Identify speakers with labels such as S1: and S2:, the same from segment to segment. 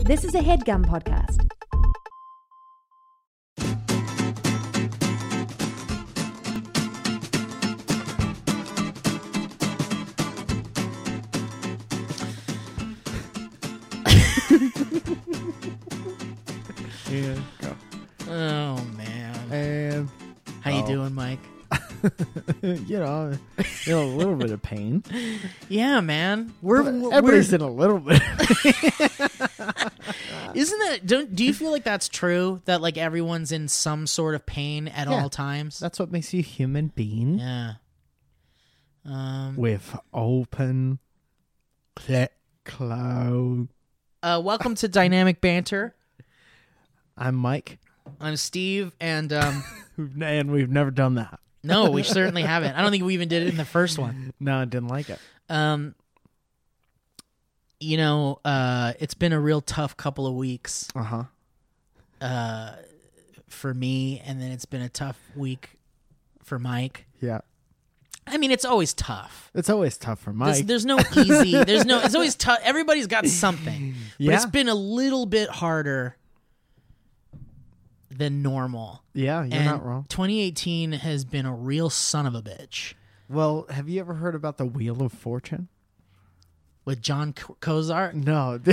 S1: This is a headgum podcast.
S2: Yeah, go.
S3: Oh man,
S2: And
S3: how you
S2: Oh.
S3: doing, Mike?
S2: you know, you know, a little bit of pain.
S3: Yeah, man, we're we're
S2: Everybody's in a little bit.
S3: isn't that don't do you feel like that's true that like everyone's in some sort of pain at
S2: Yeah.
S3: all times?
S2: That's what makes you a human being
S3: yeah. Um.
S2: with open cl- cloud.
S3: Uh. Welcome to Dynamic Banter.
S2: I'm Mike,
S3: I'm Steve, and um.
S2: and we've never done that.
S3: no, we certainly haven't. I don't think we even did it in the first one.
S2: No, I didn't like it.
S3: Um. You know, uh, it's been a real tough couple of weeks.
S2: Uh huh.
S3: uh, for me, and then it's been a tough week for Mike.
S2: Yeah,
S3: I mean, it's always tough.
S2: it's always tough for
S3: There's,
S2: Mike.
S3: there's no easy. There's no. It's always tough. Everybody's got something, but it's
S2: Yeah.
S3: been a little bit harder than normal.
S2: yeah, you're
S3: and
S2: not wrong.
S3: 2018 has been a real son of a bitch
S2: Well, have you ever heard about the Wheel of Fortune?
S3: with John K- Kozar.
S2: No,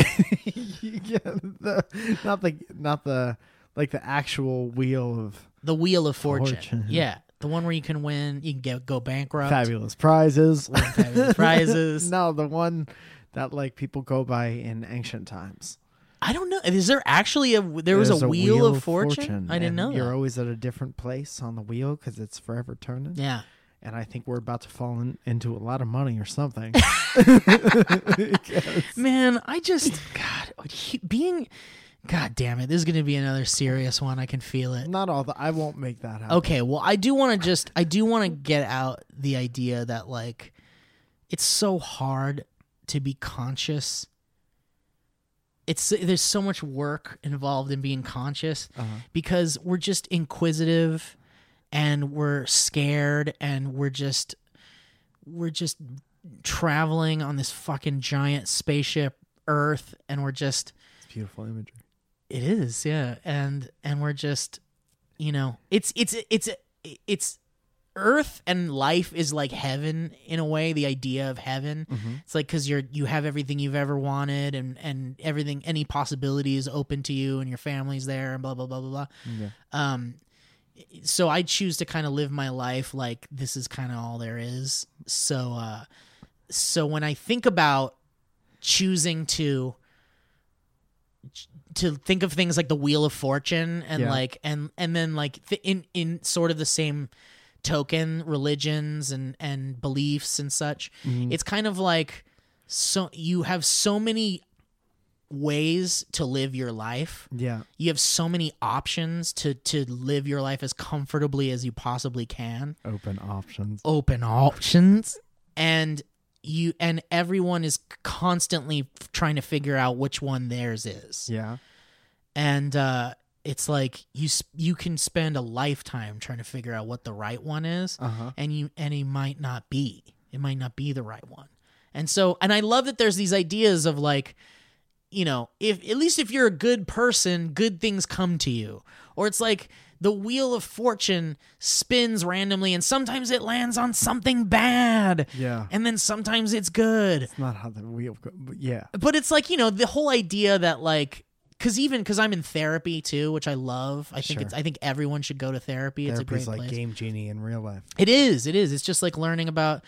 S2: you get the, not the not the like the actual wheel of
S3: The Wheel of Fortune.
S2: Fortune.
S3: Yeah, the one where you can win, you can get go bankrupt.
S2: fabulous prizes.
S3: Fabulous prizes.
S2: no, the one that like people go by in ancient times.
S3: I don't know. Is there actually a there was
S2: There's
S3: a, wheel, of fortune? I didn't
S2: and
S3: know.
S2: You're
S3: That.
S2: always at a different place on the wheel because it's forever turning.
S3: Yeah.
S2: And I think we're about to fall in, into a lot of money or something.
S3: Man, I just God he- being God damn it, this is gonna be another serious one. I can feel it.
S2: not all the. I won't make that happen.
S3: Okay, well I do wanna just I do wanna get out the idea that like it's so hard to be conscious. It's there's so much work involved in being conscious because we're just inquisitive and we're scared and we're just we're just traveling on this fucking giant spaceship earth and we're just
S2: It's beautiful imagery.
S3: it is yeah and and we're just you know it's it's it's it's earth and life is like heaven in a way the idea of heaven it's like because you're you have everything you've ever wanted and and everything any possibility is open to you and your family's there and blah blah blah blah blah
S2: Yeah.
S3: um so i choose to kind of live my life like this is kind of all there is so uh so when i think about choosing to to think of things like the wheel of fortune and
S2: Yeah.
S3: like and and then like th- in in sort of the same token religions and and beliefs and such
S2: Mm-hmm. Mm.
S3: it's kind of like so you have so many ways to live your life
S2: Yeah.
S3: you have so many options to to live your life as comfortably as you possibly can
S2: Open options.
S3: open options and you and everyone is constantly f- trying to figure out which one theirs is
S2: Yeah.
S3: and uh it's like you s- you can spend a lifetime trying to figure out what the right one is
S2: Uh huh.
S3: and you and it might not be it might not be the right one and so and i love that there's these ideas of like you know if at least if you're a good person good things come to you or it's like the wheel of fortune spins randomly and sometimes it lands on something bad
S2: Yeah.
S3: and then sometimes it's good
S2: It's not how the wheel go. But yeah.
S3: but it's like you know the whole idea that like because even because i'm in therapy too which i love i think
S2: Sure.
S3: it's i think everyone should go to therapy it's a great
S2: Therapy's like
S3: place
S2: Game Genie in real life.
S3: It is. It is. It's just like learning about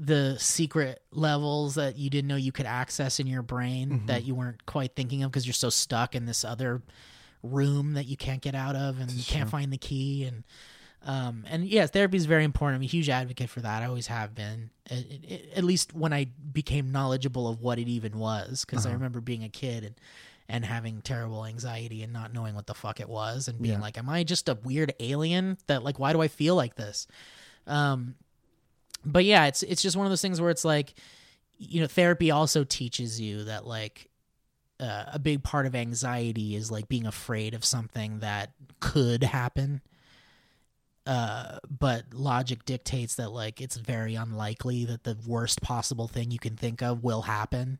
S3: the secret levels that you didn't know you could access in your brain that you weren't quite thinking of because you're so stuck in this other room that you can't get out of and you can't find the key and um and yeah therapy is very important i'm a huge advocate for that i always have been at, at- at least when i became knowledgeable of what it even was because i remember being a kid and and having terrible anxiety and not knowing what the fuck it was and being
S2: Yeah.
S3: like am i just a weird alien that like why do i feel like this um but yeah it's it's just one of those things where it's like you know therapy also teaches you that like uh, a big part of anxiety is like being afraid of something that could happen uh but logic dictates that like it's very unlikely that the worst possible thing you can think of will happen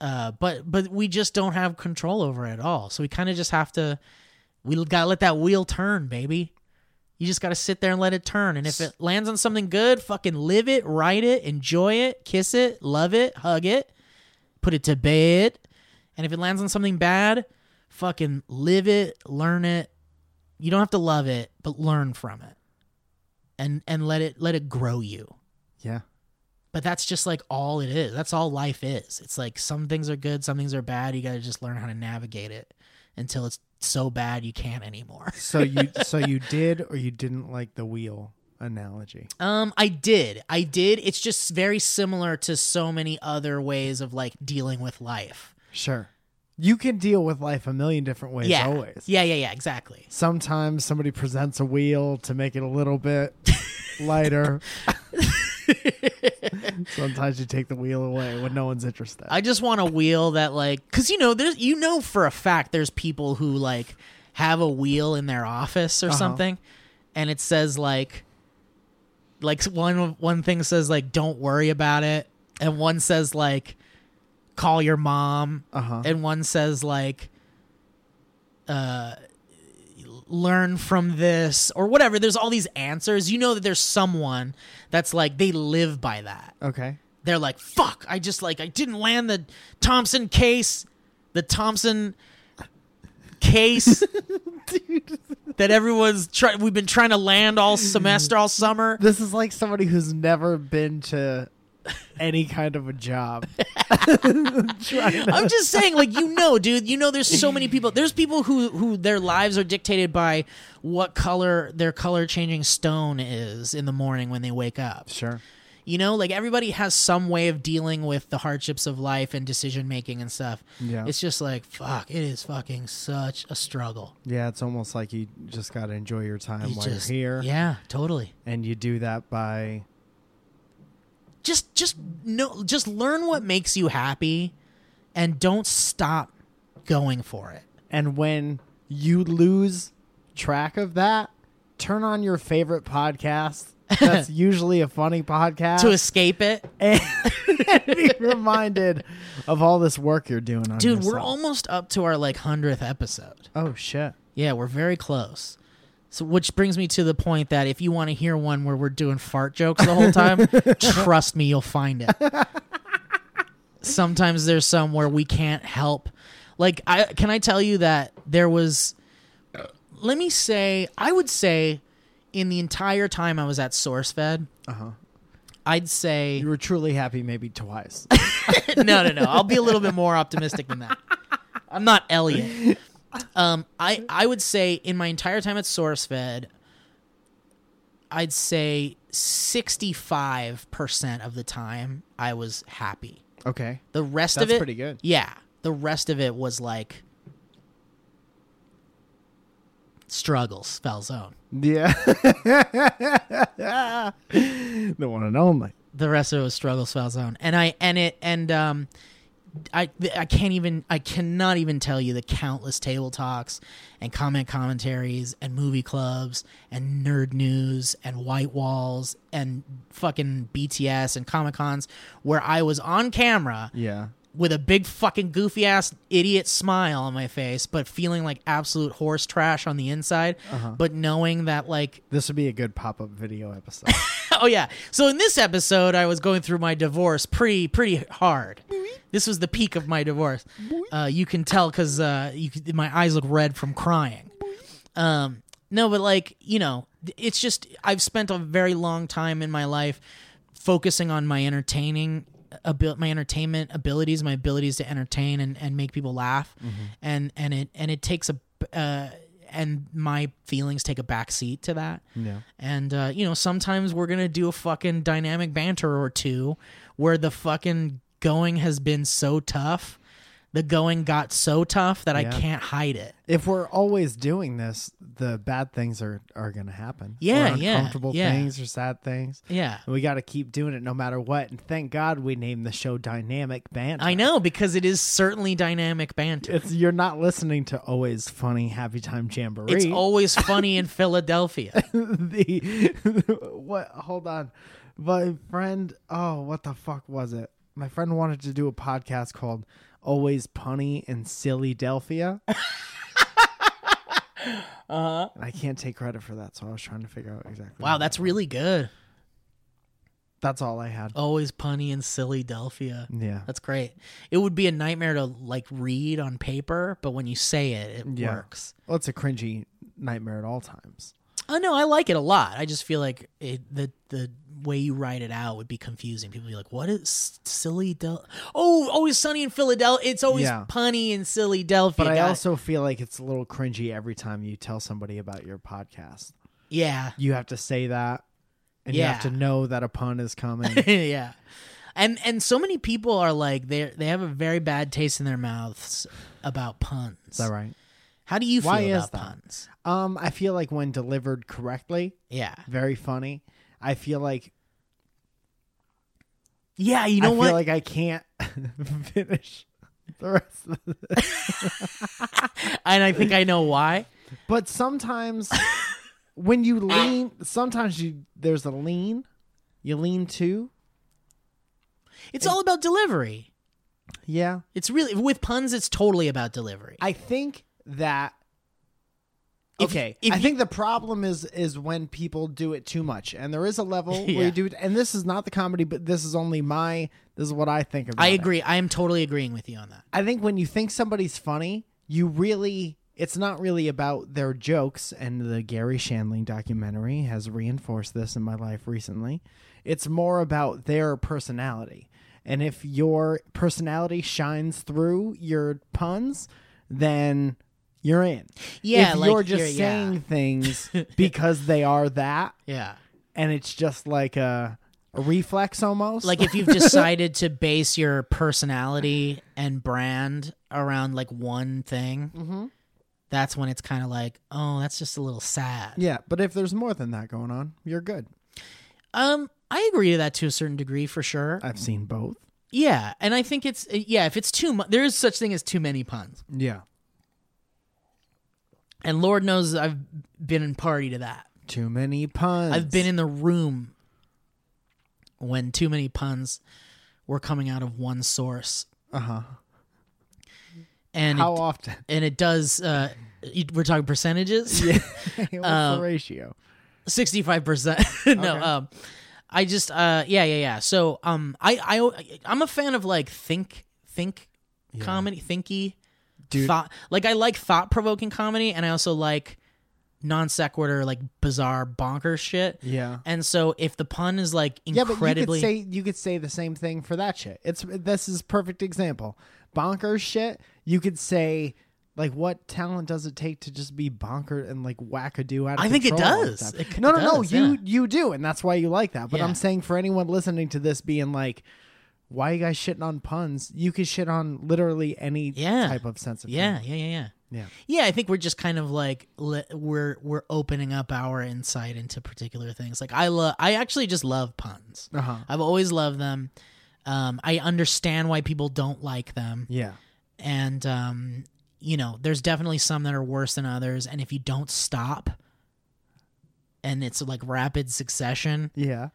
S3: uh, but but we just don't have control over it at all. So we kind of just have to. We gotta let that wheel turn, baby. You just gotta sit there and let it turn. And if it lands on something good, fucking live it, write it, enjoy it, kiss it, love it, hug it, put it to bed. And if it lands on something bad, fucking live it, learn it. You don't have to love it, but learn from it. And and let it let it grow you
S2: Yeah.
S3: but that's just like all it is. That's all life is. It's like some things are good, some things are bad. You got to just learn how to navigate it until it's so bad you can't anymore.
S2: So you so you did or you didn't like the wheel analogy.
S3: Um, I did. I did. It's just very similar to so many other ways of like dealing with life.
S2: Sure. You can deal with life a million different ways
S3: yeah.
S2: always.
S3: Yeah, yeah, yeah, exactly.
S2: Sometimes somebody presents a wheel to make it a little bit lighter. Sometimes you take the wheel away when no one's interested.
S3: I just want a wheel that like cuz you know there's you know for a fact there's people who like have a wheel in their office or something and it says like like one one thing says like don't worry about it and one says like call your mom
S2: Uh-huh.
S3: and one says like uh learn from this or whatever there's all these answers you know that there's someone that's like they live by that
S2: okay.
S3: they're like, fuck, I just like, I didn't land the Thompson case, the Thompson case that everyone's trying, we've been trying to land all semester, all summer.
S2: This is like somebody who's never been to any kind of a job. Trying to-
S3: I'm just saying, like, you know, dude, you know, there's so many people, there's people who, who their lives are dictated by what color their color changing stone is in the morning when they wake up.
S2: sure.
S3: You know, like everybody has some way of dealing with the hardships of life and decision making and stuff.
S2: Yeah.
S3: It's just like, fuck, it is fucking such a struggle.
S2: Yeah, it's almost like you just got to enjoy your time
S3: You
S2: while
S3: just-
S2: you're here.
S3: Yeah, totally.
S2: And you do that by
S3: Just just no just learn what makes you happy and don't stop going for it.
S2: And when you lose track of that, turn on your favorite podcast. That's usually a funny podcast.
S3: To escape it.
S2: Uh, and, and be reminded of all this work you're doing on
S3: Dude, we're
S2: yourself.
S3: almost up to our like 100th episode.
S2: Oh shit.
S3: Yeah, we're very close. So which brings me to the point that if you want to hear one where we're doing fart jokes the whole time, trust me, you'll find it. Sometimes there's some where we can't help. Like I can I tell you that there was let me say, I would say in the entire time I was at SourceFed,
S2: Uh-huh.
S3: I'd say
S2: You were truly happy maybe twice.
S3: no, no, no. I'll be a little bit more optimistic than that. I'm not Elliot. Um, I I would say in my entire time at SourceFed, I'd say 65 percent of the time I was happy.
S2: okay.
S3: The rest of
S2: That's
S3: it,
S2: pretty good.
S3: Yeah, the rest of it was like struggles, fell zone.
S2: Yeah. the one and only.
S3: the rest of it was struggle spell zone and i and it and um i i can't even i cannot even tell you the countless table talks and comment commentaries and movie clubs and nerd news and white walls and fucking bts and comic cons where i was on camera
S2: Yeah.
S3: with a big fucking goofy ass idiot smile on my face but feeling like absolute horse trash on the inside but knowing that like
S2: This would be a good pop-up video episode.
S3: oh yeah. So in this episode, I was going through my divorce pretty pretty hard. This was the peak of my divorce. Uh, you can tell because uh, you could- my eyes look red from crying. Um, no, but like you know, it's just I've spent a very long time in my life focusing on my entertaining uh, abil- my entertainment abilities, my abilities to entertain and, and make people laugh, and and it and it takes a uh, and my feelings take a backseat to that.
S2: yeah.
S3: And uh, you know, sometimes we're gonna do a fucking dynamic banter or two where the fucking going has been so tough. The going got so tough that I
S2: Yeah.
S3: can't hide it.
S2: if we're always doing this, the bad things are are gonna happen.
S3: Yeah,
S2: or
S3: yeah,
S2: uncomfortable
S3: yeah.
S2: things or sad things.
S3: Yeah.
S2: And we got to keep doing it no matter what. And thank God we named the show Dynamic Banter.
S3: I know because it is certainly dynamic banter.
S2: It's you're not listening to always funny happy time jamboree.
S3: It's always funny in Philadelphia.
S2: the what? Hold on, my friend. Oh, what the fuck was it? My friend wanted to do a podcast called always punny and silly Delphia.
S3: Uh-huh.
S2: And I can't take credit for that, so I was trying to figure out exactly.
S3: Wow,
S2: what-
S3: that's really good.
S2: that's all I had.
S3: Always punny and silly Delphia.
S2: Yeah.
S3: Oh. That's great. It would be a nightmare to like read on paper, but when you say it, it
S2: Yeah.
S3: works.
S2: Well, it's a cringy nightmare at all times.
S3: Oh no, I like it a lot. I just feel like it, the the way you write it out would be confusing. People would be like, "What is s- silly Del? Oh, always sunny in Philadelphia. It's always
S2: Yeah.
S3: punny and silly Delphia."
S2: But I
S3: Got it.
S2: also feel like it's a little cringy every time you tell somebody about your podcast.
S3: yeah,
S2: You have to say that, and you have to
S3: Yeah.
S2: know that a pun is coming.
S3: yeah. And and so many people are like they they have a very bad taste in their mouths about puns.
S2: is that right?
S3: How do you feel
S2: Why is
S3: about
S2: that?
S3: puns?
S2: Um, I feel like when delivered correctly,
S3: Yeah.
S2: very funny. I feel like
S3: Yeah, you know
S2: I
S3: what?
S2: feel like I can't finish the rest. Of the-
S3: and I think I know why.
S2: but sometimes when you lean, sometimes you there's a lean. You lean to,
S3: It's all about delivery.
S2: yeah.
S3: It's really with puns it's totally about delivery.
S2: I think that.
S3: If-
S2: Okay,
S3: if
S2: I
S3: you-
S2: think the problem is is when people do it too much, and there is a level
S3: Yeah.
S2: where you do it. And this is not the comedy, but this is only my. This is what I think about.
S3: I
S2: it.
S3: agree. I am totally agreeing with you on that.
S2: I think when you think somebody's funny, you really it's not really about their jokes and the Gary Shandling documentary has reinforced this in my life recently. It's more about their personality. And if your personality shines through your puns, then you're in.
S3: Yeah,
S2: if
S3: like,
S2: you're just
S3: you're- yeah.
S2: saying things because they are that
S3: Yeah.
S2: and it's just like a, a reflex almost.
S3: Like if you've decided to base your personality and brand around like one thing,
S2: Mhm.
S3: that's when it's kind of like, oh, that's just a little sad.
S2: yeah, but if there's more than that going on, you're good.
S3: Um, I agree to that to a certain degree for sure.
S2: I've seen both.
S3: yeah, and I think it's uh, yeah, if it's too much, there is such thing as too many puns,
S2: Yeah.
S3: and Lord knows I've been in party to that.
S2: Too many puns.
S3: I've been in the room when too many puns were coming out of one source,
S2: Uh huh.
S3: and
S2: How
S3: it,
S2: often?
S3: and it does. Uh, you- we're talking percentages.
S2: What's the
S3: Um,
S2: ratio?
S3: Sixty-five percent. no, um, I just uh, yeah, yeah, yeah. So um, I I I'm a fan of like think think comedy, thinky,
S2: Dude.
S3: thought. Like I like thought provoking comedy, and I also like non sequitur, like bizarre bonker shit.
S2: Yeah.
S3: And so if the pun is like
S2: Yeah, but you could
S3: incredibly,
S2: say you could say the same thing for that shit. It's this is perfect example. Bonkers shit. You could say like what talent does it take to just be bonker and like wackadoo out of
S3: I think it
S2: control all the
S3: does.
S2: time?
S3: It c-
S2: no, no, no.
S3: does,
S2: You
S3: yeah.
S2: you do, and that's why you like that. But
S3: Yeah.
S2: I'm saying for anyone listening to this, being like, why you guys shitting on puns? You could shit on literally any
S3: Yeah.
S2: type of sense of
S3: yeah, yeah, yeah, yeah.
S2: humor. yeah.
S3: Yeah, I think we're just kind of like le- we're we're opening up our insight into particular things. Like I love, I actually just love puns.
S2: Uh huh.
S3: I've always loved them. Um, I understand why people don't like them.
S2: Yeah.
S3: and um, you know there's definitely some that are worse than others and if you don't stop and it's like rapid succession
S2: Yeah.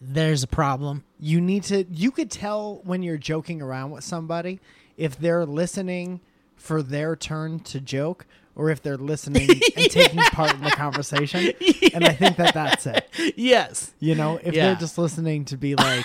S3: there's a problem
S2: you need to you could tell when you're joking around with somebody if they're listening for their turn to joke or if they're listening and taking part in the conversation and i think that that's it
S3: yes
S2: you know if
S3: Yeah.
S2: they're just listening to be like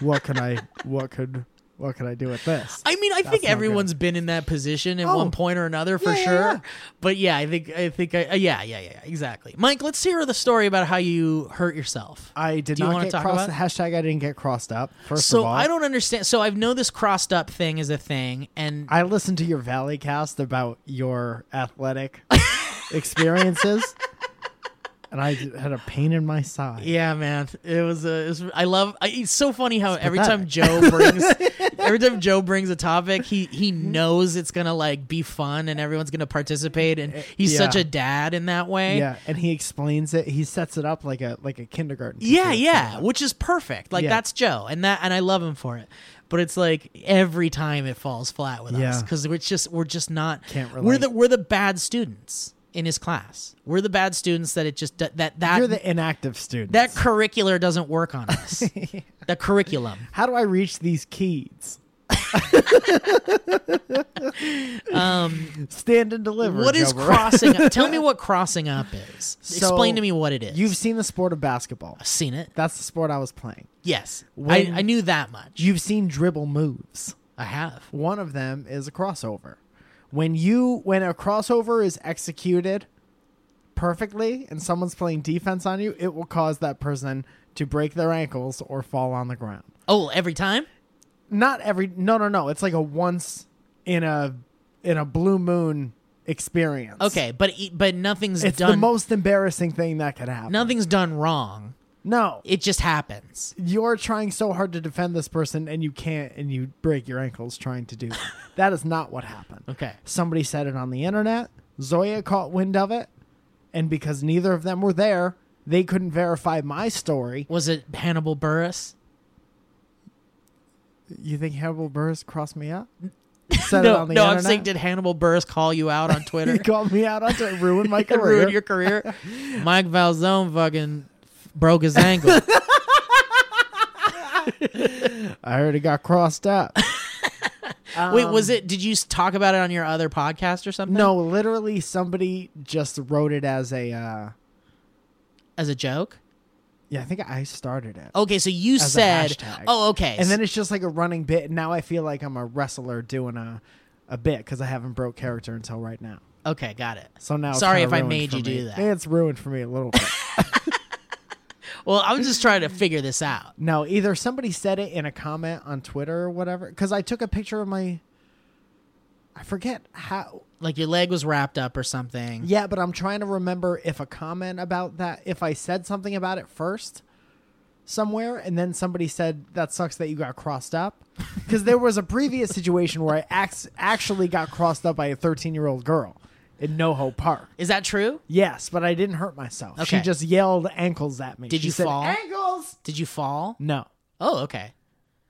S2: what can i what could what could i do with this
S3: i mean i think
S2: not good.
S3: everyone's been in that position at
S2: Oh.
S3: one point or another for
S2: Yeah, yeah,
S3: sure
S2: yeah.
S3: but yeah i think i think I, uh, yeah yeah yeah yeah, exactly mike let's hear the story about how you hurt yourself
S2: i did
S3: Do you
S2: not
S3: wanna
S2: get
S3: talk
S2: crossed
S3: about it?
S2: hashtag i didn't get crossed up first
S3: so
S2: of all
S3: i don't understand so i've know this crossed up thing is a thing and
S2: I listened to your Valley cast about your athletic experiences, and I had a pain in my side.
S3: Yeah, man, it was a. It was, I love. I, it's so funny how every time
S2: pathetic.
S3: Joe brings, every time Joe brings a topic, he he knows it's gonna like be fun and everyone's gonna participate, and he's
S2: yeah.
S3: such a dad in that way.
S2: Yeah, and he explains it. He sets it up like a like a kindergarten. teacher
S3: yeah,
S2: would set
S3: yeah,
S2: it up.
S3: which is perfect. Like
S2: Yeah.
S3: that's Joe, and that and I love him for it. But it's like every time it falls flat with us
S2: Yeah.
S3: because we're just we're just not.
S2: Can't
S3: We're
S2: relate.
S3: the we're the bad students in his class. We're the bad students that it just that that
S2: You're
S3: that,
S2: the inactive student.
S3: that curricular doesn't work on us. the curriculum.
S2: How do I reach these kids?
S3: Um,
S2: Stand and deliver.
S3: what is
S2: Joe Burrow.
S3: crossing up? Tell me what crossing up is.
S2: So,
S3: Explain to me what it is.
S2: You've seen the sport of basketball.
S3: I've seen it.
S2: That's the sport I was playing.
S3: Yes.
S2: When-
S3: I, I knew that much.
S2: You've seen dribble moves.
S3: I have.
S2: One of them is a crossover. When you when a crossover is executed perfectly and someone's playing defense on you, it will cause that person to break their ankles or fall on the ground.
S3: Oh, every time?
S2: Not every no no no, it's like a once in a in a blue moon experience.
S3: Okay, but e- but nothing's
S2: It's
S3: done
S2: the most embarrassing thing that could happen.
S3: nothing's done wrong.
S2: No.
S3: It just happens.
S2: You're trying so hard to defend this person and you can't and you break your ankles trying to do that. that is not what happened.
S3: Okay.
S2: Somebody said it on the internet. Zoya caught wind of it. And because neither of them were there, they couldn't verify my story.
S3: Was it Hannibal Burris?
S2: You think Hannibal Burris crossed me up? Said
S3: no,
S2: it on the
S3: no,
S2: internet?
S3: I'm saying did Hannibal Burris call you out on Twitter?
S2: He called me out on Twitter, ruined my
S3: and
S2: career.
S3: ruin your career. Mike Valzone fucking broke his ankle.
S2: I already got crossed up.
S3: Wait, was it? Did you s- talk about it on your other podcast or something?
S2: Um, No, literally somebody just wrote it as a uh
S3: as a joke.
S2: yeah, I think I started it.
S3: Okay, so you
S2: As a
S3: said,
S2: hashtag.
S3: "Oh, okay."
S2: and then it's just like a running bit. And now I feel like I'm a wrestler doing a, a bit because I haven't broke character until right now.
S3: okay, got it.
S2: So now, it's
S3: Sorry
S2: kinda
S3: if I
S2: ruined
S3: made
S2: for
S3: you
S2: me.
S3: do that.
S2: It's ruined for me a little bit.
S3: Well, I'm just trying to figure this out.
S2: no, either somebody said it in a comment on Twitter or whatever. Because I took a picture of my, I forget how.
S3: Like your leg was wrapped up or something.
S2: Yeah, but I'm trying to remember if a comment about that, if I said something about it first somewhere, and then somebody said that sucks that you got crossed up. Because there was a previous situation where I ax- actually got crossed up by a 13 year old girl in NoHo Park.
S3: Is that true?
S2: Yes, but I didn't hurt myself. She
S3: Okay.
S2: just yelled ankles at me.
S3: Did
S2: She
S3: you
S2: said,
S3: fall?
S2: Ankles.
S3: Did you fall?
S2: No,
S3: Oh, okay.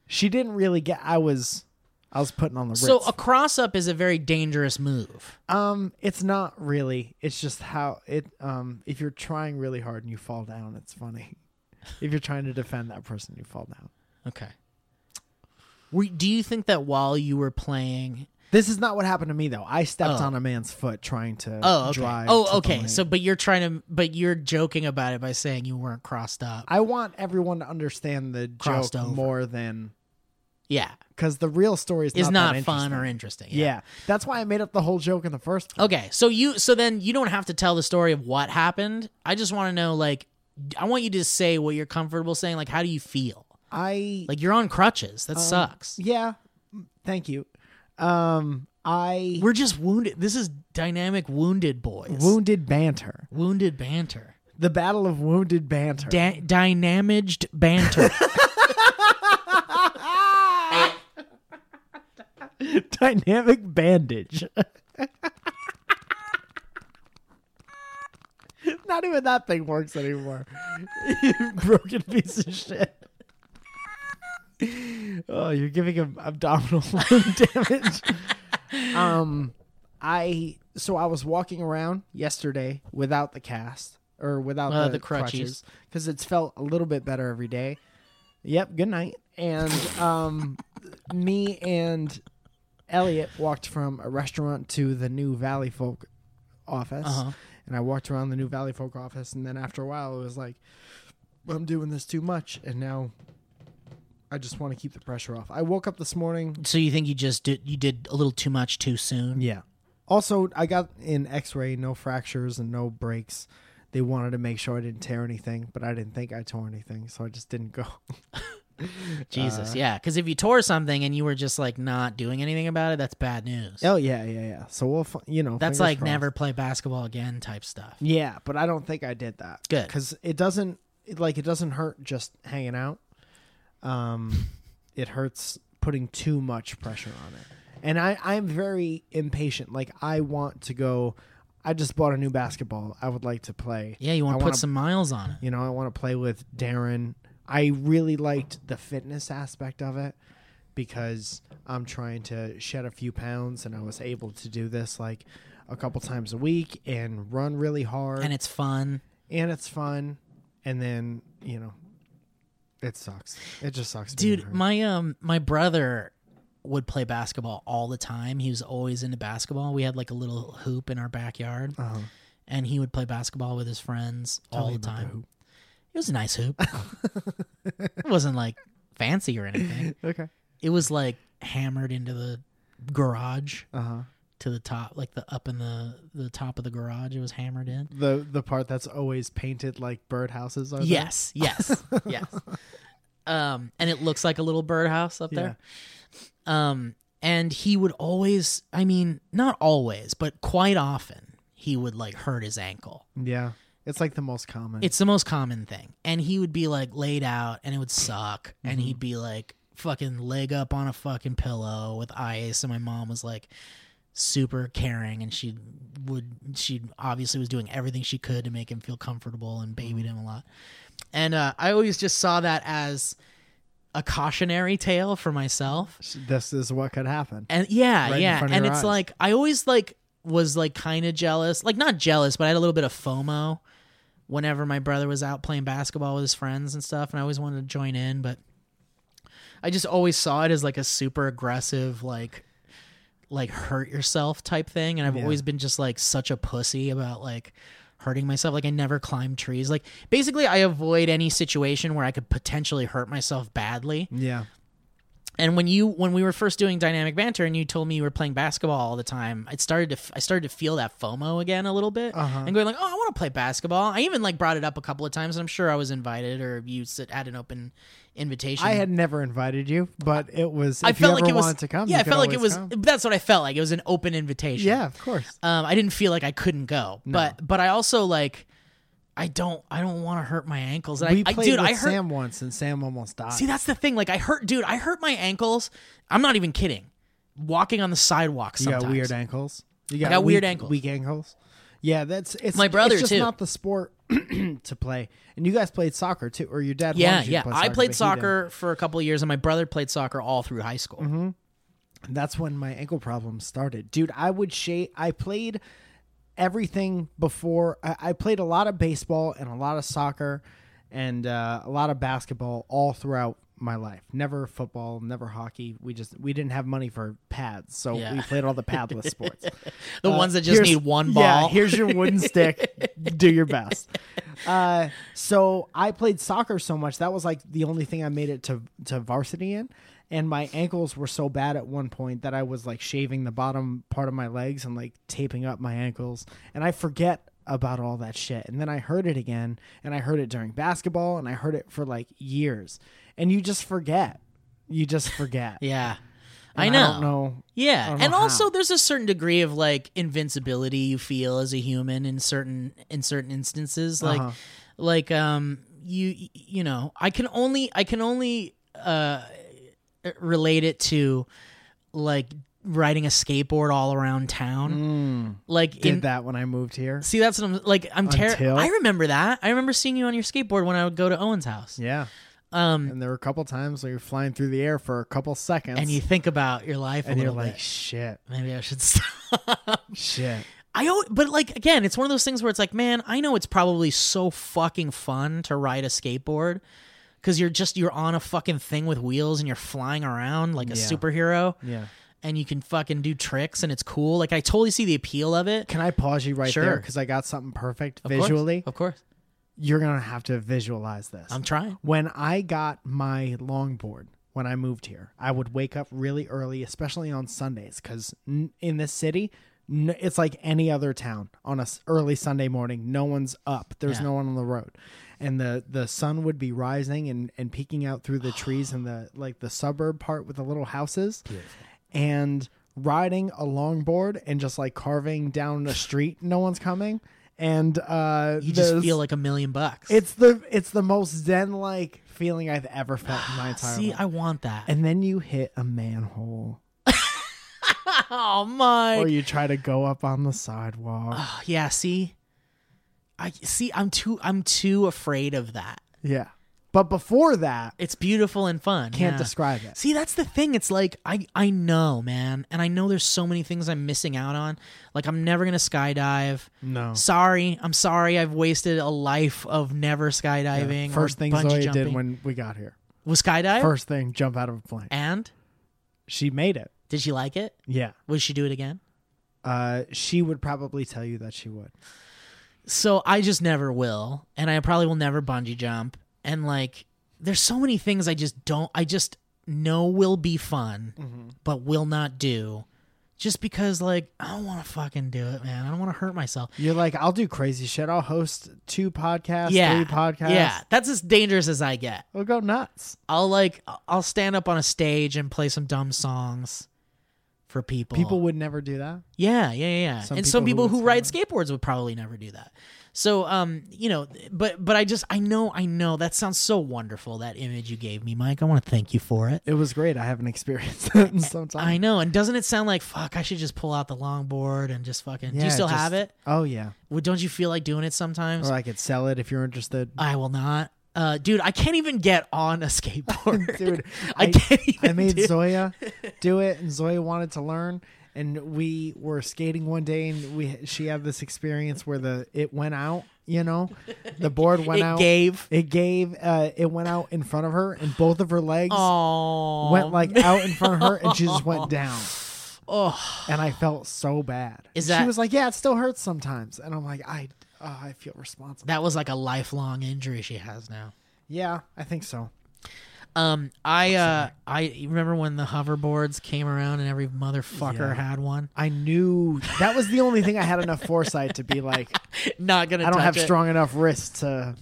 S2: she didn't really get. I was, I was putting on the
S3: So
S2: Ritz.
S3: a cross up is a very dangerous move.
S2: um, it's not really. It's just how it. Um, if you're trying really hard and you fall down, it's funny. If you're trying to defend that person, you fall down.
S3: Okay. Were, do you think that while you were playing?
S2: This is not what happened to me though. I stepped
S3: Oh.
S2: on a man's foot trying to
S3: Oh, okay.
S2: drive. to the
S3: Oh, okay.
S2: lane.
S3: So, but you're trying to, but you're joking about it by saying you weren't crossed up.
S2: I want everyone to understand the
S3: Crossed
S2: joke
S3: over.
S2: more than
S3: Yeah,
S2: because the real story is
S3: it's
S2: not,
S3: not,
S2: that
S3: fun or
S2: interesting.
S3: interesting.
S2: Yeah. that's why I made up the whole joke in the first. place.
S3: Okay, so you so then you don't have to tell the story of what happened. I just want to know like I want you to say what you're comfortable saying like how do you feel?
S2: I um,
S3: Like you're on crutches. That sucks.
S2: Yeah. Mm, Thank you. Um I
S3: We're just wounded. This is dynamic wounded boys.
S2: wounded banter.
S3: wounded banter.
S2: The battle of wounded banter.
S3: Da- dynamaged banter.
S2: Dynamic bandage. Not even that thing works anymore. you broken piece of shit. Oh, you're giving him abdominal lung damage. um, I so I was walking around yesterday without the cast or without
S3: Uh,
S2: the,
S3: the crutches.
S2: crutches because it's felt a little bit better every day. Yep. Good night. And um, me and Elliot walked from a restaurant to the new Valley Folk office,
S3: Uh-huh.
S2: and I walked around the new Valley Folk office, and then after a while, it was like, I'm doing this too much, and now I just want to keep the pressure off. I woke up this morning.
S3: so you think you just did you did a little too much too soon?
S2: Yeah. Also, I got an X-ray, no fractures and no breaks. They wanted to make sure I didn't tear anything, but I didn't think I tore anything, so I just didn't go.
S3: Jesus.
S2: Uh-huh.
S3: yeah, cuz if you tore something and you were just like not doing anything about it, that's bad news.
S2: oh yeah, yeah, yeah. So we'll, fi- you know,
S3: That's
S2: fingers
S3: like
S2: crossed.
S3: never play basketball again type stuff.
S2: Yeah, but I don't think I did that.
S3: Good.
S2: because it doesn't it, like it doesn't hurt just hanging out. Um, it hurts putting too much pressure on it, and I I'm very impatient. Like I want to go. I just bought a new basketball. I would like to play.
S3: Yeah, you want
S2: I
S3: to put
S2: wanna-
S3: some miles on it.
S2: You know, I want to play with Darren. I really liked the fitness aspect of it because I'm trying to shed a few pounds, and I was able to do this like a couple times a week and run really hard
S3: And it's fun.
S2: and it's fun and then you know it sucks it just sucks being
S3: dude
S2: hurt.
S3: my um my brother would play basketball all the time. He was always into basketball. We had like a little hoop in our backyard,
S2: Uh-huh.
S3: and he would play basketball with his friends all
S2: me
S3: the
S2: about the
S3: time. It was a nice hoop. it wasn't like fancy or anything.
S2: Okay.
S3: It was like hammered into the garage
S2: Uh huh.
S3: to the top, like the up in the the top of the garage. It was hammered in.
S2: The the part that's always painted like birdhouses are. there?
S3: Yes, yes, yes. Um, and it looks like a little birdhouse up there. Um, and he would always, I mean, not always, but quite often, he would like hurt his ankle.
S2: Yeah. It's like the most common.
S3: It's the most common thing. And he would be like laid out and it would suck. And he'd be like fucking leg up on a fucking pillow with ice. And my mom was like super caring and she would, she obviously was doing everything she could to make him feel comfortable and babied him a lot. And uh, I always just saw that as a cautionary tale for myself.
S2: this is what could happen.
S3: And yeah,
S2: Right in
S3: yeah.
S2: front of
S3: And
S2: your
S3: it's
S2: eyes.
S3: like I always like was like kind of jealous. Like not jealous, but I had a little bit of FOMO whenever my brother was out playing basketball with his friends and stuff and I always wanted to join in, but I just always saw it as like a super aggressive like like hurt yourself type thing and I've
S2: Yeah.
S3: always been just like such a pussy about like hurting myself like I never climb trees. Like basically I avoid any situation where I could potentially hurt myself badly.
S2: Yeah.
S3: And when you when we were first doing dynamic banter and you told me you were playing basketball all the time, it started to f- I started to feel that FOMO again a little bit
S2: Uh-huh.
S3: and going like, "Oh, I want to play basketball." I even like brought it up a couple of times and I'm sure I was invited or you s- had an open invitation.
S2: I had never invited you, but it was. If
S3: I felt
S2: you ever
S3: like it was
S2: wanted to come.
S3: Yeah,
S2: you
S3: I
S2: could
S3: felt like it
S2: always
S3: was
S2: come.
S3: that's what I felt like. It was an open invitation.
S2: Yeah, of course.
S3: Um, I didn't feel like I couldn't go, but but I also like I don't I don't want to hurt my ankles. And
S2: we
S3: I, I
S2: played
S3: dude,
S2: with
S3: I hurt
S2: Sam once, and Sam almost died.
S3: See, that's the thing. Like, I hurt, dude. I hurt my ankles. I'm not even kidding. Walking on the sidewalk
S2: you
S3: sometimes.
S2: got weird ankles. You got,
S3: got weird
S2: weak-
S3: ankles.
S2: Weak ankles. Yeah, that's it's
S3: My brother,
S2: It's just
S3: too.
S2: not the sport to play. And you guys played soccer too, or your dad?
S3: yeah,
S2: wanted you
S3: yeah.
S2: To play
S3: I
S2: soccer,
S3: played
S2: but he
S3: soccer for a couple of years, and my brother played soccer all through high school.
S2: Mm-hmm. didn't. That's when my ankle problem started, dude. I would shake. I played everything before. I, I played a lot of baseball and a lot of soccer, and uh, a lot of basketball all throughout my life. Never football, never hockey. We just we didn't have money for pads, so
S3: Yeah.
S2: we played all the padless sports.
S3: The
S2: Uh,
S3: ones that just
S2: here's-
S3: need one
S2: Yeah,
S3: ball.
S2: here's your wooden stick. Do your best. Uh, so I played soccer so much that was like the only thing I made it to to varsity in, and my ankles were so bad at one point that I was like shaving the bottom part of my legs and like taping up my ankles, and I forget about all that shit. And then I heard it again, and I heard it during basketball, and I heard it for like years, and you just forget. You just forget.
S3: yeah, I
S2: And
S3: know.
S2: I don't know.
S3: Yeah,
S2: don't know
S3: and also
S2: how.
S3: there's a certain degree of like invincibility you feel as a human in certain in certain instances, like
S2: Uh-huh.
S3: like um you you know I can only I can only uh relate it to like riding a skateboard all around town,
S2: Mm,
S3: like
S2: did
S3: in.
S2: that when I moved here.
S3: See that's what I'm like. I'm ter-
S2: Until-
S3: I remember that. I remember seeing you on your skateboard when I would go to Owen's house.
S2: Yeah.
S3: Um,
S2: And there were a couple times where you're flying through the air for a couple seconds,
S3: and you think about your life, a
S2: and you're
S3: little
S2: like,
S3: bit.
S2: shit,
S3: maybe I should stop.
S2: shit.
S3: I al- but like again, it's one of those things where it's like, man, I know it's probably so fucking fun to ride a skateboard because you're just you're on a fucking thing with wheels and you're flying around like a
S2: Yeah.
S3: superhero
S2: Yeah.
S3: and you can fucking do tricks and it's cool. Like I totally see the appeal of it.
S2: Can I pause you right there
S3: Sure.
S2: because I got something perfect
S3: Of course.
S2: visually?
S3: of course.
S2: You're gonna have to visualize this.
S3: I'm trying.
S2: when I got my longboard when I moved here, I would wake up really early, especially on Sundays, because n- in this city, n- it's like any other town. On a s- early Sunday morning, no one's up. There's
S3: Yeah.
S2: no one on the road, and the the sun would be rising and and peeking out through the trees in the like the suburb part with the little houses, and riding a longboard and just like carving down the street. No one's coming, and uh,
S3: You just
S2: there's-
S3: feel like a million bucks.
S2: it's the it's the most zen like feeling I've ever felt in my entire
S3: see,
S2: life.
S3: I want that.
S2: and then you hit a manhole,
S3: oh
S2: or
S3: my.
S2: you try to go up on the sidewalk.
S3: Oh, yeah. See, I see. I'm too. I'm too afraid of that.
S2: yeah, but before that,
S3: It's beautiful and fun.
S2: can't
S3: yeah.
S2: describe it.
S3: See, that's the thing. It's like I I know, man, and I know there's so many things I'm missing out on. Like I'm never gonna skydive.
S2: No,
S3: Sorry, I'm sorry. I've wasted a life of never skydiving.
S2: first
S3: or
S2: thing
S3: bungee
S2: Zoe
S3: jumping.
S2: did when we got here.
S3: was skydive
S2: First thing, jump out of a plane.
S3: and
S2: She made it.
S3: Did she like it?
S2: Yeah.
S3: Would she do it again?
S2: Uh, she would probably tell you that she would.
S3: So I just never will, and I probably will never bungee jump. And like, there's so many things I just don't. I just know will be fun, but will not do, just because like I don't want to fucking do it, man. I don't want to hurt myself.
S2: You're like, I'll do crazy shit. I'll host two podcasts,
S3: yeah,
S2: three podcasts.
S3: yeah. That's as dangerous as I get.
S2: We'll go nuts.
S3: I'll like I'll stand up on a stage and play some dumb songs for people.
S2: People would never do that.
S3: Yeah, yeah, yeah, yeah.
S2: Some
S3: and some
S2: people
S3: people
S2: who
S3: who,
S2: would
S3: ride skateboards would probably never do that. So, um, you know, but but I just I know I know that sounds so wonderful that image you gave me, Mike. I want to thank you for it.
S2: It was great. I haven't experienced that in some time.
S3: I know, and doesn't it sound like fuck? I should just pull out the longboard and just fucking. do
S2: Yeah,
S3: you still
S2: just-
S3: have it?
S2: Oh yeah.
S3: Well, Don't you feel like doing it sometimes?
S2: Or I could sell it if you're interested.
S3: I will not, uh, dude. I can't even get on a skateboard,
S2: Dude,
S3: I,
S2: I-
S3: can't. Even
S2: I made
S3: do-
S2: Zoya do it, and Zoya wanted to learn. And we were skating one day, and we she had this experience where the it went out. You know, the board went
S3: it
S2: out.
S3: gave.
S2: it gave. Uh, it went out in front of her, and both of her legs
S3: Oh,
S2: went like out in front of her, and she just went down.
S3: oh,
S2: And I felt so bad.
S3: Is
S2: she
S3: that-
S2: was like, "Yeah, it still hurts sometimes," and I'm like, "I, oh, I feel responsible."
S3: that was like a lifelong injury she has now.
S2: yeah, I think so.
S3: Um, I uh, I you remember when the hoverboards came around and every motherfucker
S2: Yeah.
S3: had one.
S2: I knew that was the only thing I had enough foresight to be like,
S3: Not gonna.
S2: I don't
S3: touch
S2: have
S3: it.
S2: strong enough wrists to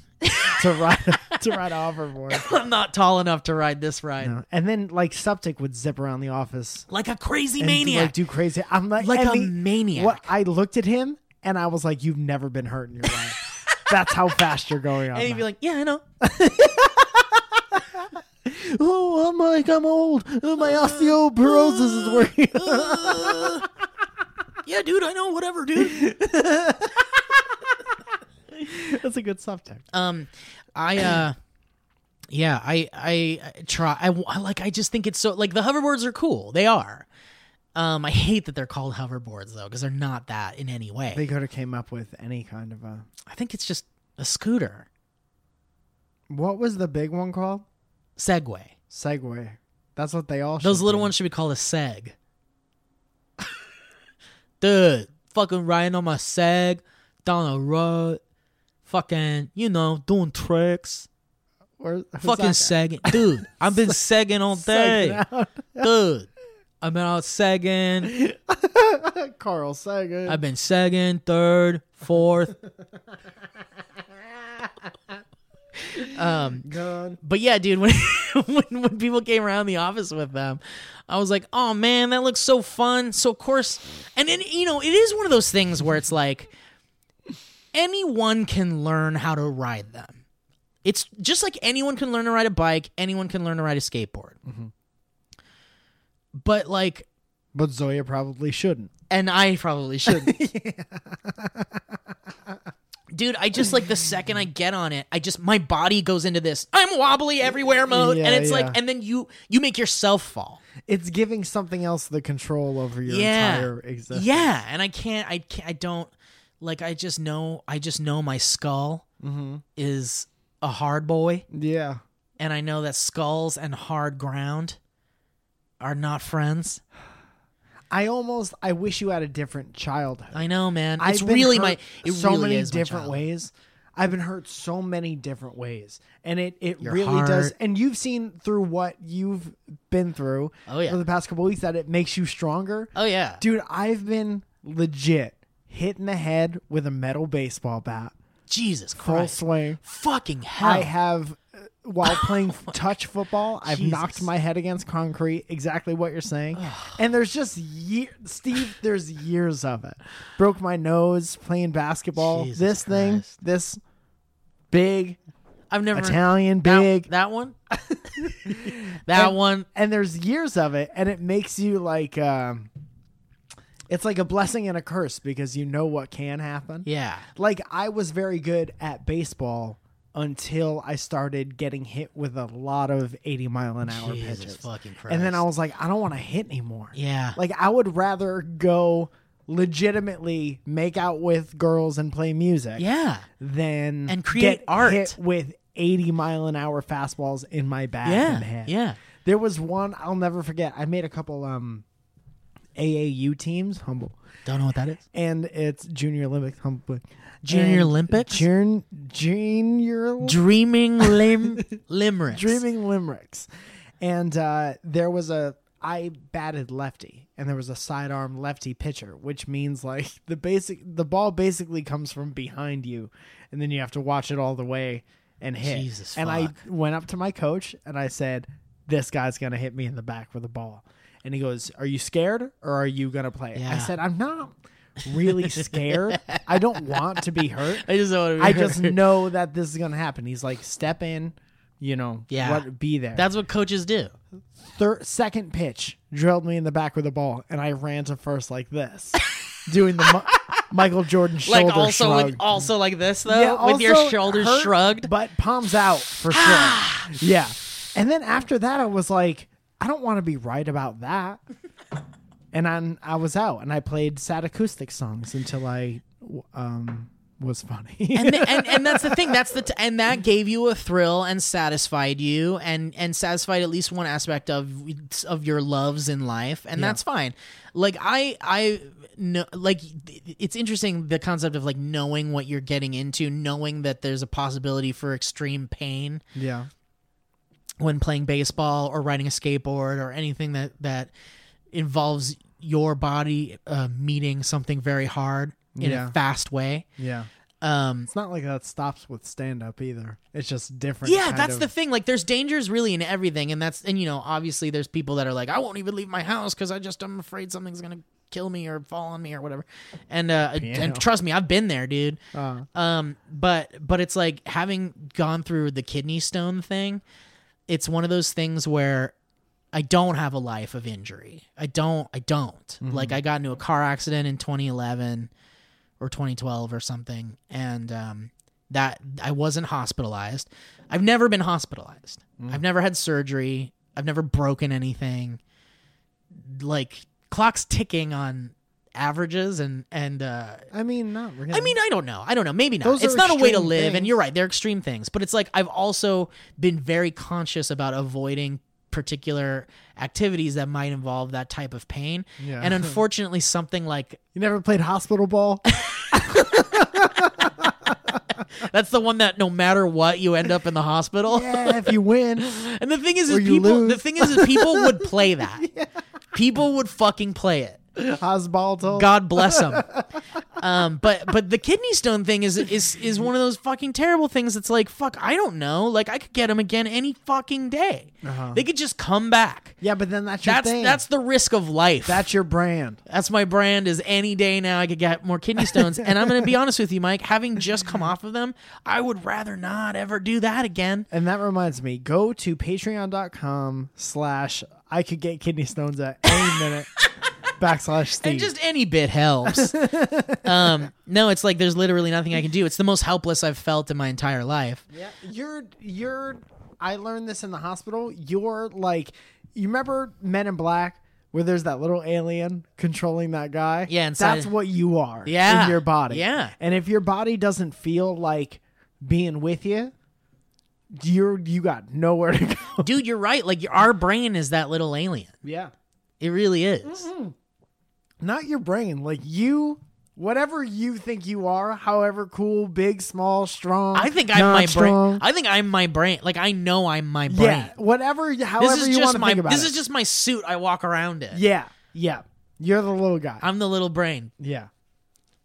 S2: to ride to ride a hoverboard.
S3: I'm not tall enough to ride this ride.
S2: No. And then like Suptic would zip around the office
S3: Like a crazy
S2: and
S3: maniac.
S2: like do crazy. I'm like
S3: Like
S2: and
S3: a
S2: the-
S3: maniac.
S2: What I looked at him and I was like, you've never been hurt in your life. That's how fast you're going on.
S3: and he'd be
S2: that.
S3: like, "Yeah, I know.
S2: oh, I'm like I'm old. Oh, my osteoporosis is working.
S3: yeah, dude, I know. Whatever, dude."
S2: That's a good Suptic.
S3: um, I uh. Yeah, I I I try. I, w- I like. I just think it's so like the hoverboards are cool. They are. Um, I hate that they're called hoverboards though, because they're not that in any way.
S2: They could have came up with any kind of a.
S3: I think it's just a scooter,
S2: What was the big one called?
S3: Segway.
S2: Segway. That's what they all.
S3: Those
S2: should
S3: little
S2: be.
S3: ones should be called a seg. Dude, fucking riding on my seg down the road, fucking you know doing tricks,
S2: Where- who's
S3: fucking
S2: that guy?
S3: segging. Dude, I've been segging all day.
S2: Segging out.
S3: Dude, I've been out segging.
S2: Carl Sagan.
S3: I've been segging third, fourth. um,
S2: God.
S3: But yeah, dude, when, when when people came around the office with them, I was like, "Oh man, that looks so fun." So of course, and then you know, it is one of those things where it's like anyone can learn how to ride them. It's just like anyone can learn to ride a bike, anyone can learn to ride a skateboard. But like
S2: But Zoya probably shouldn't.
S3: and I probably shouldn't. Dude, I just like the second I get on it, I just my body goes into this I'm wobbly everywhere mode,
S2: Yeah,
S3: and it's
S2: yeah.
S3: like, and then you you make yourself fall.
S2: It's giving something else the control over your
S3: Yeah.
S2: entire existence.
S3: Yeah, and I can't, I can't, I don't like. I just know, I just know my skull
S2: Mm-hmm.
S3: is a hard boy,
S2: Yeah.
S3: and I know that skulls and hard ground are not friends.
S2: I almost I wish you had a different childhood.
S3: I know, man. It's
S2: I've been
S3: really
S2: hurt
S3: my. It
S2: so
S3: really
S2: many
S3: is my
S2: different
S3: childhood.
S2: ways. I've been hurt so many different ways, and it it
S3: Your
S2: really does.
S3: heart.
S2: And you've seen through what you've been through
S3: Oh, yeah.
S2: for the past couple weeks that it makes you stronger.
S3: Oh yeah,
S2: Dude, I've been legit hit in the head with a metal baseball bat,
S3: Jesus
S2: full
S3: Christ,
S2: swing.
S3: fucking hell.
S2: I have, uh, while playing touch football, I've
S3: Jesus.
S2: knocked my head against concrete. Exactly what you're saying. and there's just year, Steve. There's years of it. Broke my nose playing basketball.
S3: Jesus
S2: this thing,
S3: Christ.
S2: this big
S3: I've never
S2: Italian
S3: that,
S2: big,
S3: that one. that
S2: And-
S3: one.
S2: and there's years of it, and it makes you like. Um, it's like a blessing and a curse because you know what can happen.
S3: Yeah.
S2: like I was very good at baseball until I started getting hit with a lot of 80 mile an hour
S3: Jesus
S2: pitches.
S3: fucking Christ.
S2: And then I was like, I don't want to hit anymore.
S3: Yeah.
S2: Like I would rather go legitimately make out with girls and play music
S3: yeah.
S2: than
S3: And create
S2: get
S3: art.
S2: hit with 80 mile an hour fastballs in my back
S3: Yeah.
S2: and head.
S3: Yeah.
S2: There was one I'll never forget. I made a couple um AAU teams, humble,
S3: Don't know what that is.
S2: and it's Junior Olympics, humble.
S3: Junior
S2: And
S3: Olympics?
S2: Jun, junior
S3: Dreaming lim- limericks.
S2: Dreaming Limericks. And uh, there was a I batted lefty and there was a sidearm lefty pitcher, which means like the basic the ball basically comes from behind you and then you have to watch it all the way and hit.
S3: Jesus
S2: and
S3: fuck.
S2: I went up to my coach and I said, This guy's gonna hit me in the back with a ball. And he goes, Are you scared or are you gonna play? it?" I
S3: Yeah.
S2: said, I'm not really scared. I don't want to be hurt.
S3: I just don't
S2: I just know that this is gonna happen. He's like, step in, you know,
S3: Yeah.
S2: what, be there. That
S3: That's what coaches do.
S2: Thir- second pitch drilled me in the back with a ball, and I ran to first like this, doing the Mi- Michael Jordan shoulder
S3: Like also
S2: shrug.
S3: with, also like this though,
S2: Yeah,
S3: with your
S2: also
S3: shoulders
S2: hurt,
S3: shrugged. Ah!
S2: but palms out for sure. yeah, and then after that, I was like, I don't want to be right about that. And I, I was out, and I played sad acoustic songs until I um, was funny.
S3: and, th- and and that's the thing. That's the t- and that gave you a thrill and satisfied you and and satisfied at least one aspect of of your loves in life, and that's fine. Like I I know like it's interesting the concept of like knowing what you're getting into, knowing that there's a possibility for extreme pain
S2: yeah,
S3: when playing baseball or riding a skateboard or anything that that involves your body uh, meeting something very hard in
S2: Yeah.
S3: a fast way.
S2: yeah.
S3: Um,
S2: It's not like that stops with stand up either. It's just different.
S3: yeah
S2: kind
S3: that's
S2: of-
S3: the thing like there's dangers really in everything and that's and you know obviously there's people that are like i won't even leave my house because i just i'm afraid something's gonna kill me or fall on me or whatever and uh and trust me i've been there dude
S2: Uh,
S3: um but but it's like having gone through the kidney stone thing it's one of those things where i don't have a life of injury i don't i don't
S2: Mm-hmm.
S3: like i got into a car accident in 2011 or 2012 or something and um that i wasn't hospitalized i've never been hospitalized
S2: Mm-hmm.
S3: i've never had surgery i've never broken anything like clocks ticking on averages and and uh
S2: I mean, not really.
S3: I mean, I don't know. I don't know. Maybe not.
S2: Those
S3: it's
S2: are
S3: not a way to
S2: extreme
S3: live, and
S2: things.
S3: you're right. They're extreme things, but it's like I've also been very conscious about avoiding particular activities that might involve that type of pain.
S2: Yeah.
S3: And unfortunately, something like
S2: you never played hospital ball.
S3: that's the one that no matter what, you end up in the hospital.
S2: yeah, if you win,
S3: And the thing is, is
S2: Or you
S3: people. The
S2: lose.
S3: thing is, is people would play that. People would fucking play it.
S2: Osbaldo.
S3: God bless them. um, but but the kidney stone thing is is is one of those fucking terrible things. That's like fuck. I don't know. Like I could get them again any fucking day. They could just come back.
S2: Yeah, but then Uh-huh. that's your
S3: That's
S2: thing.
S3: that's the risk of life.
S2: that's your brand.
S3: That's my brand is any day now I could get more kidney stones. and I'm going to be honest with you, Mike, having just come off of them, I would rather not ever do that again.
S2: And that reminds me, go to patreon.com slash I could get kidney stones at any minute backslash Steve.
S3: And just any bit helps. um, no, it's like there's literally nothing I can do. It's the most helpless I've felt in my entire life.
S2: Yeah, you're you're. I learned this in the hospital. You're like, you remember Men in Black, where there's that little alien controlling that guy.
S3: Yeah, inside-
S2: that's what you are.
S3: Yeah,
S2: in your body.
S3: yeah.
S2: and if your body doesn't feel like being with you, you're you got nowhere to go.
S3: dude you're right like our brain is that little alien
S2: Yeah,
S3: it really is
S2: Mm-hmm. not your brain. Like you. Whatever you think you are, however cool, big, small, strong,
S3: i think i'm
S2: not
S3: my
S2: strong.
S3: brain i think i'm my brain like i know i'm my brain
S2: yeah, whatever, however
S3: this is
S2: you want
S3: just
S2: to
S3: my
S2: think about
S3: this
S2: it.
S3: is just my suit i walk around in
S2: Yeah, yeah. You're the little guy.
S3: i'm the little brain
S2: yeah.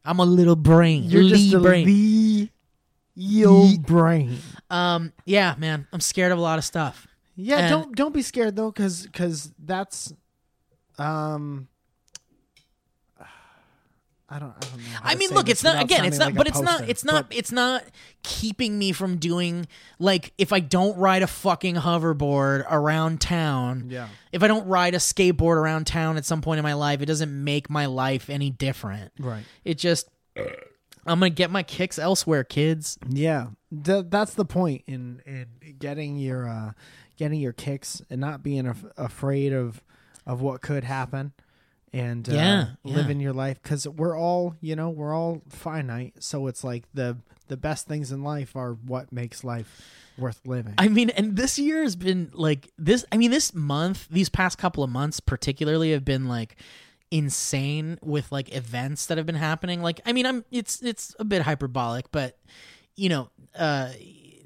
S3: i'm a little brain
S2: You're
S3: Lee
S2: just the
S3: brain
S2: Lee Yeo brain.
S3: um yeah man i'm scared of a lot of stuff
S2: Yeah,
S3: And-
S2: don't don't be scared though, because because that's, um, I don't I don't know. how
S3: I
S2: to
S3: mean,
S2: say
S3: look,
S2: this
S3: it's not
S2: without
S3: again, it's not,
S2: sounding
S3: but
S2: like a
S3: it's not,
S2: poster,
S3: it's not,
S2: but-
S3: it's not keeping me from doing like if I don't ride a fucking hoverboard around town.
S2: Yeah.
S3: If I don't ride a skateboard around town at some point in my life, it doesn't make my life any different.
S2: right.
S3: It just I'm gonna get my kicks elsewhere, kids.
S2: Yeah, Th- that's the point in in getting your uh, getting your kicks and not being af- afraid of of what could happen, and uh,
S3: Yeah, yeah.
S2: living your life because we're all you know we're all finite so it's like the the best things in life are what makes life worth living
S3: I mean, and this year has been like this. I mean, this month, these past couple of months, particularly, have been like insane with like events that have been happening. Like, I mean, I'm it's it's a bit hyperbolic, but you know, uh,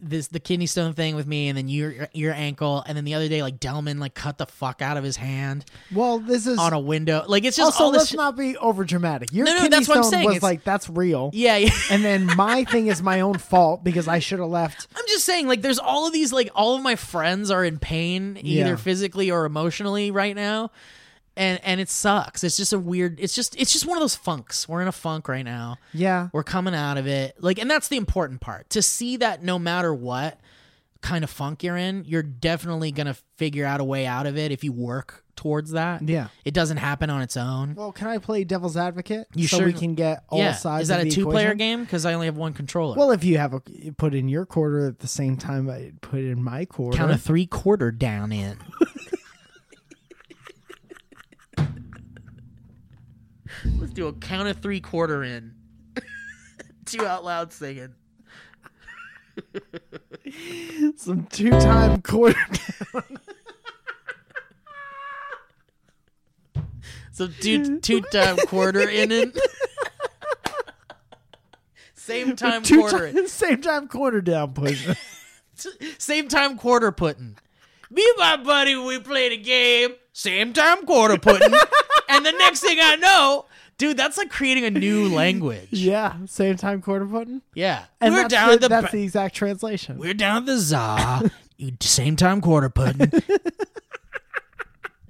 S3: this the kidney stone thing with me, and then your your ankle, and then the other day, like Delman like cut the fuck out of his hand
S2: well this is
S3: on a window. Like, it's just
S2: also
S3: all this.
S2: let's
S3: shi-
S2: not be over dramatic your
S3: No, no,
S2: kidney
S3: that's what I'm
S2: stone
S3: saying.
S2: was
S3: It's-
S2: like that's real
S3: yeah, yeah.
S2: and then my thing is my own fault because i should have left
S3: I'm just saying, like, there's all of these, like, all of my friends are in pain,
S2: Yeah.
S3: either physically or emotionally, right now, and and it sucks. It's just a weird. It's just it's just one of those funks. We're in a funk right now.
S2: yeah
S3: We're coming out of it. Like, and that's the important part to see that no matter what kind of funk you're in, you're definitely gonna figure out a way out of it if you work towards that.
S2: Yeah.
S3: it doesn't happen on its own.
S2: well can i play devil's advocate
S3: You
S2: so
S3: sure-
S2: we can get all
S3: yeah,
S2: sides
S3: is that
S2: of
S3: a
S2: the
S3: two player
S2: equation?
S3: game? Because I only have one controller.
S2: well if you have a put in your quarter at the same time i put in my quarter
S3: count a three quarter down in. Let's do a count of three quarter in. Two out loud singing.
S2: some two-time quarter
S3: So two two time quarter in it. Same time
S2: two
S3: quarter.
S2: times, same time quarter down push.
S3: Same time quarter putting. Me and my buddy, we played a game. Same time quarter putting. and the next thing I know, dude, that's like creating a new language.
S2: yeah, same time quarter button.
S3: Yeah,
S2: And
S3: we're
S2: that's
S3: down
S2: the,
S3: at the
S2: that's
S3: ba-
S2: the exact translation.
S3: We're down at the za. you same time quarter pudding.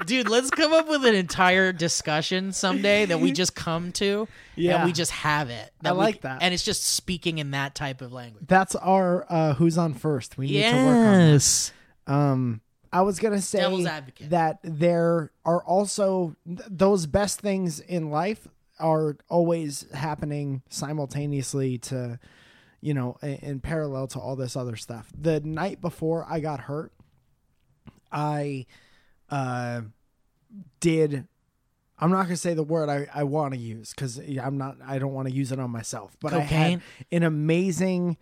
S3: Dude, let's come up with an entire discussion someday that we just come to
S2: Yeah.
S3: and we just have it.
S2: I
S3: we-
S2: like that.
S3: And it's just speaking in that type of language.
S2: that's our uh, who's on first. We need to work on. that.
S3: Yes.
S2: Um, I was gonna say
S3: Devil's advocate.
S2: that there are also th- those best things in life are always happening simultaneously to you know in, in parallel to all this other stuff the night before i got hurt i uh did i'm not gonna say the word i, I want to use because i'm not i don't want to use it on myself but i had
S3: Cocaine?
S2: an amazing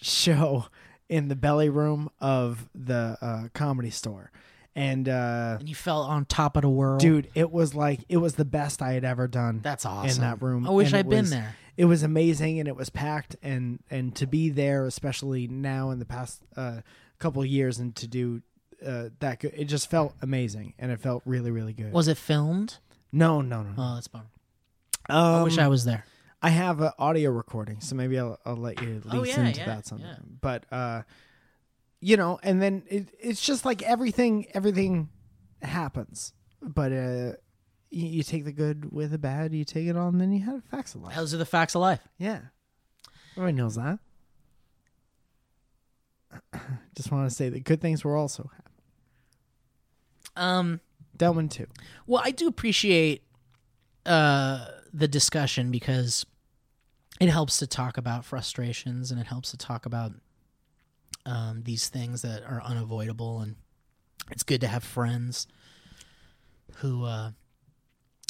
S2: show in the belly room of the uh, comedy store and uh
S3: And you fell on top of the world.
S2: dude it was like it was the best i had ever done
S3: that's awesome.
S2: that room,
S3: I wish
S2: and
S3: i
S2: it
S3: had been
S2: was-
S3: there.
S2: it was amazing and it was packed and and to be there especially now in the past uh couple of years and to do uh that good it just felt amazing and it felt really really good
S3: Was it filmed?
S2: no no no, no.
S3: Oh, that's a bummer.
S2: Um,
S3: I wish I was there.
S2: I have an audio recording, so maybe I'll, I'll let you
S3: Oh,
S2: listen
S3: yeah,
S2: to
S3: yeah,
S2: that sometime.
S3: yeah.
S2: But uh, you know, and then it, it's just like everything, everything happens. But uh, you, you take the good with the bad, you take it all, and then you have facts of life.
S3: Those are the facts of life.
S2: Yeah, everyone knows that. just want to say that good things were also happen.
S3: Um,
S2: Delman too.
S3: Well, I do appreciate uh, the discussion because it helps to talk about frustrations and it helps to talk about um, these things that are unavoidable. And it's good to have friends who uh,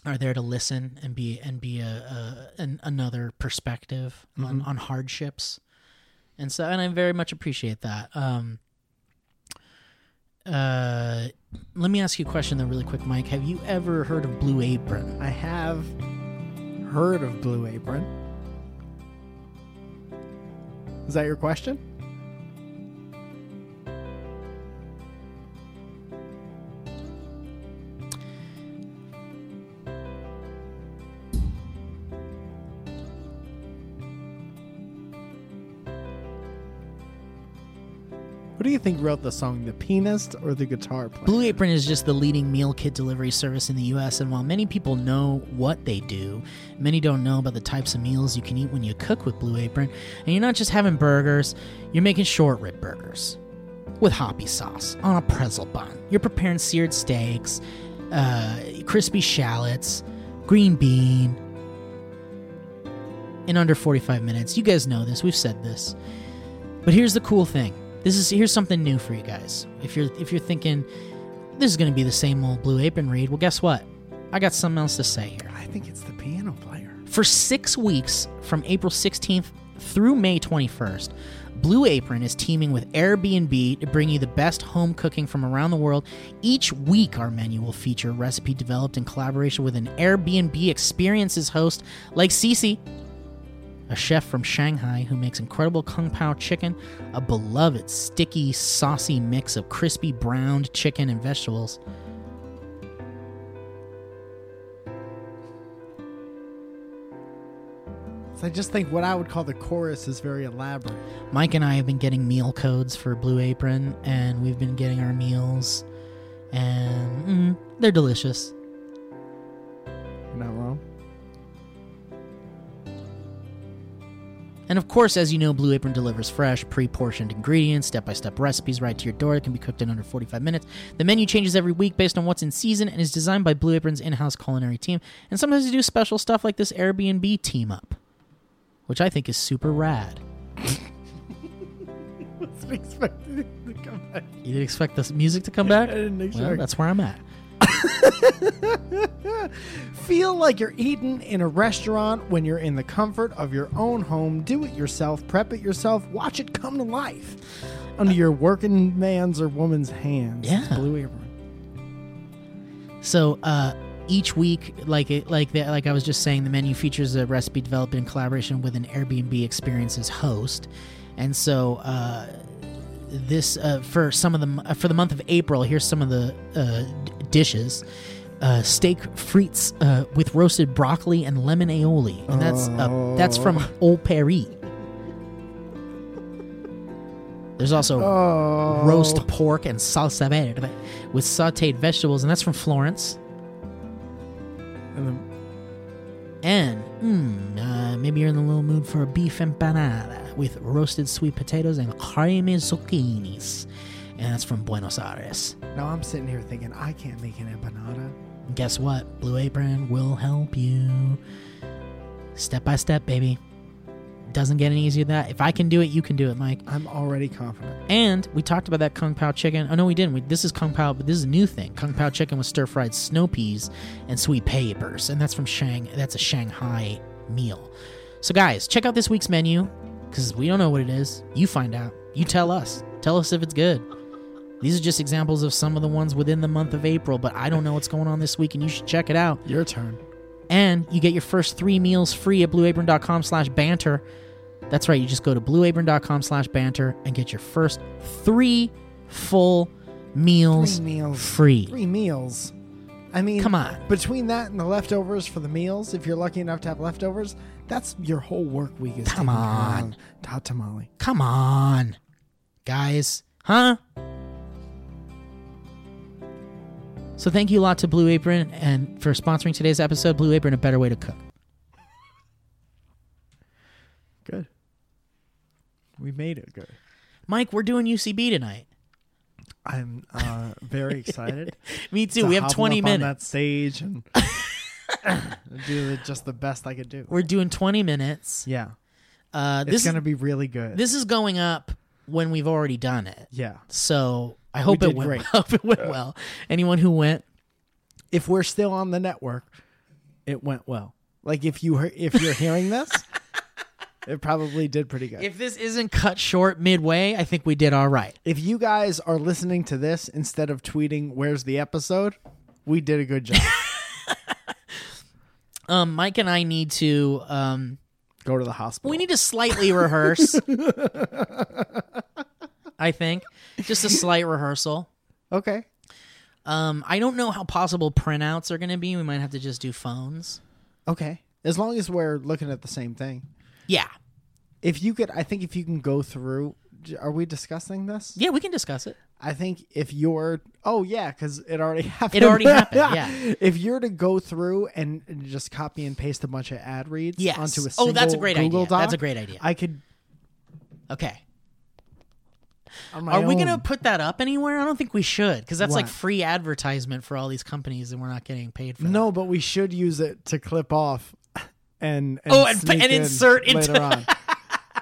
S3: are there to listen and be and be a, a an, another perspective on, on hardships. And so, and I very much appreciate that. Um, uh, let me ask you a question though, really quick, Mike. Have you ever heard of Blue Apron?
S2: I have heard of Blue Apron. Is that your question? Who do you think wrote the song, the pianist or the guitar player?
S3: Blue Apron is just the leading meal kit delivery service in the US, and while many people know what they do, many don't know about the types of meals you can eat when you cook with Blue Apron. And you're not just having burgers, you're making short rib burgers with hoppy sauce on a pretzel bun. You're preparing seared steaks, uh, crispy shallots, green bean in under 45 minutes. You guys know this, we've said this. But here's the cool thing. This is here's something new for you guys. If you're if you're thinking this is going to be the same old Blue Apron read, well guess what? I got something else to say here.
S2: I think it's the piano player.
S3: For six weeks, from April 16th through May 21st, Blue Apron is teaming with Airbnb to bring you the best home cooking from around the world. Each week, our menu will feature a recipe developed in collaboration with an Airbnb experiences host like Cece, a chef from Shanghai who makes incredible kung pao chicken, a beloved sticky, saucy mix of crispy browned chicken and vegetables.
S2: So I just think what I would call the chorus is very elaborate.
S3: Mike and I have been getting meal codes for Blue Apron, and we've been getting our meals, and mm, they're delicious.
S2: You're not wrong.
S3: And of course, as you know, Blue Apron delivers fresh, pre portioned ingredients, step by step recipes right to your door that can be cooked in under 45 minutes. The menu changes every week based on what's in season and is designed by Blue Apron's in house culinary team. And sometimes they do special stuff like this Airbnb team up, which I think is super rad.
S2: Wasn't expecting it to come back.
S3: You didn't expect this music to come back?
S2: I didn't expect-
S3: Well, that's where I'm at.
S2: Feel like you're eating in a restaurant when you're in the comfort of your own home. Do it yourself, prep it yourself, watch it come to life under your working man's or woman's hands. It's
S3: Yeah.
S2: Blue Apron.
S3: So uh, each week, like it, like the, like I was just saying, the menu features a recipe developed in collaboration with an Airbnb experiences host, and so uh, this uh, for some of the m- uh, for the month of April. Here's some of the uh, d- dishes. Uh, steak frites uh, with roasted broccoli and lemon aioli, and that's uh, that's from Au Paris. There's also
S2: Oh.
S3: roast pork and salsa verde with sauteed vegetables, and that's from Florence.
S2: And then,
S3: And mm, uh, maybe you're in the little mood for a beef empanada with roasted sweet potatoes and creamy zucchinis, and that's from Buenos Aires.
S2: now I'm sitting here thinking, I can't make an empanada.
S3: And guess what? Blue Apron will help you, step by step, baby. Doesn't get any easier than that. If I can do it, you can do it, Mike.
S2: I'm already confident.
S3: And we talked about that kung pao chicken. Oh no, we didn't. We, this is kung pao, but this is a new thing. Kung pao chicken with stir fried snow peas and sweet peppers, and that's from Shang. That's a Shanghai meal. So guys, check out this week's menu because we don't know what it is. You find out. You tell us. Tell us if it's good. These are just examples of some of the ones within the month of April, but I don't know what's going on this week, and you should check it out
S2: Your turn.
S3: and you get your first three meals free at blueapron.com slash banter that's right you just go to blueapron.com slash banter and get your first three full meals,
S2: Three meals.
S3: free
S2: Three meals. I mean,
S3: come on
S2: Between that and the leftovers for the meals, if you're lucky enough to have leftovers, that's your whole work week is
S3: Come
S2: taken
S3: on.
S2: around. Hot tamale.
S3: come on guys huh so thank you a lot to blue apron and for sponsoring today's episode blue apron a better way to cook
S2: Good. We made it good.
S3: mike we're doing ucb tonight
S2: I'm uh, very excited.
S3: me too
S2: to
S3: we have
S2: hobble
S3: 20
S2: up
S3: minutes
S2: on that stage and do the, just the best I could do.
S3: we're doing 20 minutes
S2: Yeah,
S3: uh
S2: it's
S3: this
S2: gonna be really good.
S3: this is going up when we've already done it.
S2: yeah.
S3: So I hope it
S2: did
S3: went.
S2: great.
S3: Hope it went well. Anyone who went,
S2: If we're still on the network, it went well. Like if you he- if you're hearing this, it probably did pretty good.
S3: if this isn't cut short midway, I think we did all right.
S2: if you guys are listening to this instead of tweeting where's the episode we did a good job
S3: Um, Mike and I need to. Um,
S2: go to the hospital
S3: we need to slightly rehearse. I think just a slight rehearsal.
S2: okay
S3: Um, I don't know how possible printouts are going to be. We might have to just do phones.
S2: okay as long as we're looking at the same thing
S3: Yeah,
S2: if you could i think if you can go through j- are we discussing this
S3: yeah, we can discuss it.
S2: i think if you're oh yeah because it already happened
S3: It already happened, yeah.
S2: if you're to go through and and just copy and paste a bunch of ad reads
S3: Yes.
S2: onto a
S3: Oh, that's a
S2: single
S3: great
S2: Google
S3: idea.
S2: Doc,
S3: That's a great idea.
S2: i could
S3: Okay.
S2: on my
S3: Are we
S2: own-
S3: gonna put that up anywhere? I don't think we should, because that's like
S2: What?
S3: free advertisement for all these companies, and we're not getting paid for.
S2: No, but we should use it to clip off and, and
S3: Oh, and-
S2: sneak
S3: and
S2: in
S3: insert into-
S2: later on.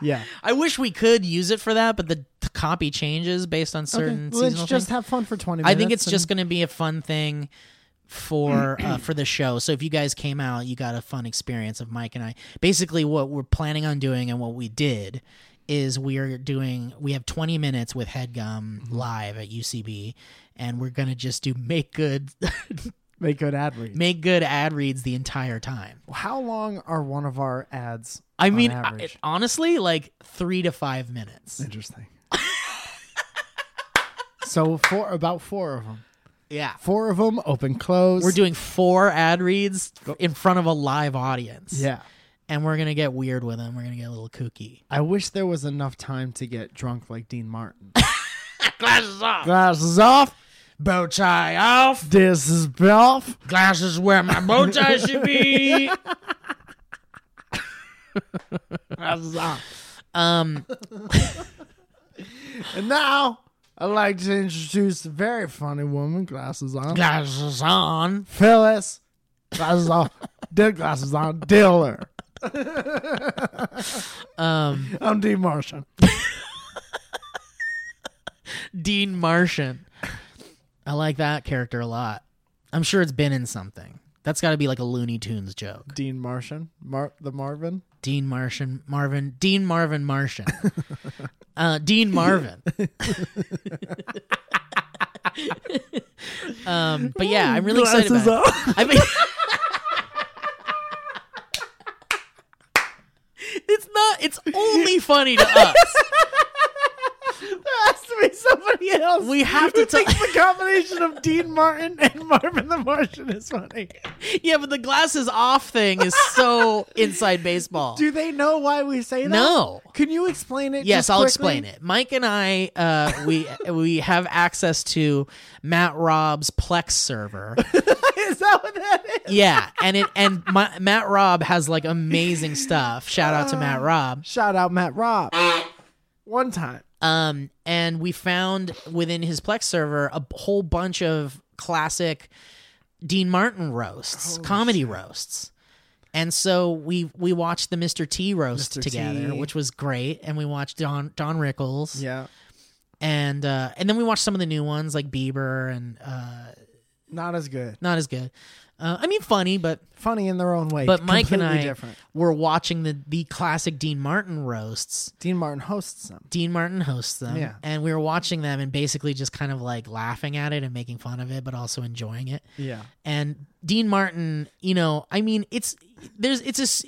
S2: yeah.
S3: that. I wish we could use it for that, but the t- copy changes based on certain
S2: Let's
S3: seasonal
S2: just
S3: things.
S2: have fun for twenty minutes.
S3: I think it's
S2: and-
S3: just gonna be a fun thing for uh, for the show. So if you guys came out, you got a fun experience of Mike and I. Basically, what we're planning on doing and what we did is we are doing we have 20 minutes with Headgum
S2: Mm-hmm.
S3: live at UCB, and we're gonna just do make good
S2: Make good ad reads.
S3: make good ad reads the entire time.
S2: How long are one of our ads?
S3: I
S2: on
S3: mean, I-
S2: average?
S3: honestly, like three to five minutes.
S2: Interesting. so four, about four of them.
S3: Yeah.
S2: Four of them open close.
S3: We're doing four ad reads in front of a live audience.
S2: Yeah.
S3: And we're going to get weird with them. We're going to get a little kooky.
S2: I wish there was enough time to get drunk like Dean Martin.
S3: Glasses off.
S2: Glasses off.
S3: Bow tie off.
S2: This is Belf.
S3: Glasses where my bow tie should be.
S2: Glasses off.
S3: Um,
S2: And now I'd like to introduce a very funny woman. Glasses on.
S3: glasses on.
S2: Phyllis. Glasses off. Dead glasses on. Diller.
S3: Um,
S2: I'm Dean Martian.
S3: Dean Martian. I like that character a lot. I'm sure it's been in something. That's got to be like a Looney Tunes joke.
S2: Dean Martian. Mar- the Marvin.
S3: Dean Martian, Marvin, Dean Marvin Martian. uh, Dean Marvin. um, but yeah, I'm really excited
S2: Glasses
S3: about it.
S2: off.
S3: I mean, it's not, it's only funny to us.
S2: There has to be somebody else.
S3: We have to
S2: think
S3: talk.
S2: the combination of Dean Martin and Marvin the Martian is funny.
S3: Yeah, but the glasses off thing is so inside baseball.
S2: Do they know why we say that?
S3: no.
S2: Can you explain it?
S3: Yes,
S2: just
S3: I'll
S2: quickly?
S3: explain it. Mike and I, uh, we we have access to Matt Rob's Plex server.
S2: is that what that is?
S3: Yeah, and it and my, Matt Rob has like amazing stuff. Shout out to
S2: Uh.
S3: Matt Rob.
S2: Shout out Matt Rob. One time.
S3: Um, and we found within his Plex server a b- whole bunch of classic Dean Martin roasts, comedy roasts. And so we we watched the Mr. T roast
S2: Mr. T.
S3: together, which was great. And we watched Don Don Rickles.
S2: Yeah.
S3: and uh and then we watched some of the new ones like Bieber and uh
S2: Not as good.
S3: not as good. Uh, I mean funny, but
S2: Funny in their own way.
S3: but Mike and
S2: completely
S3: I
S2: different.
S3: were watching the the classic Dean Martin roasts.
S2: Dean Martin hosts them.
S3: Dean Martin hosts them,
S2: Yeah.
S3: and we were watching them and basically just kind of like laughing at it and making fun of it, but also enjoying it.
S2: Yeah.
S3: And Dean Martin, you know, I mean, it's there's it's a s-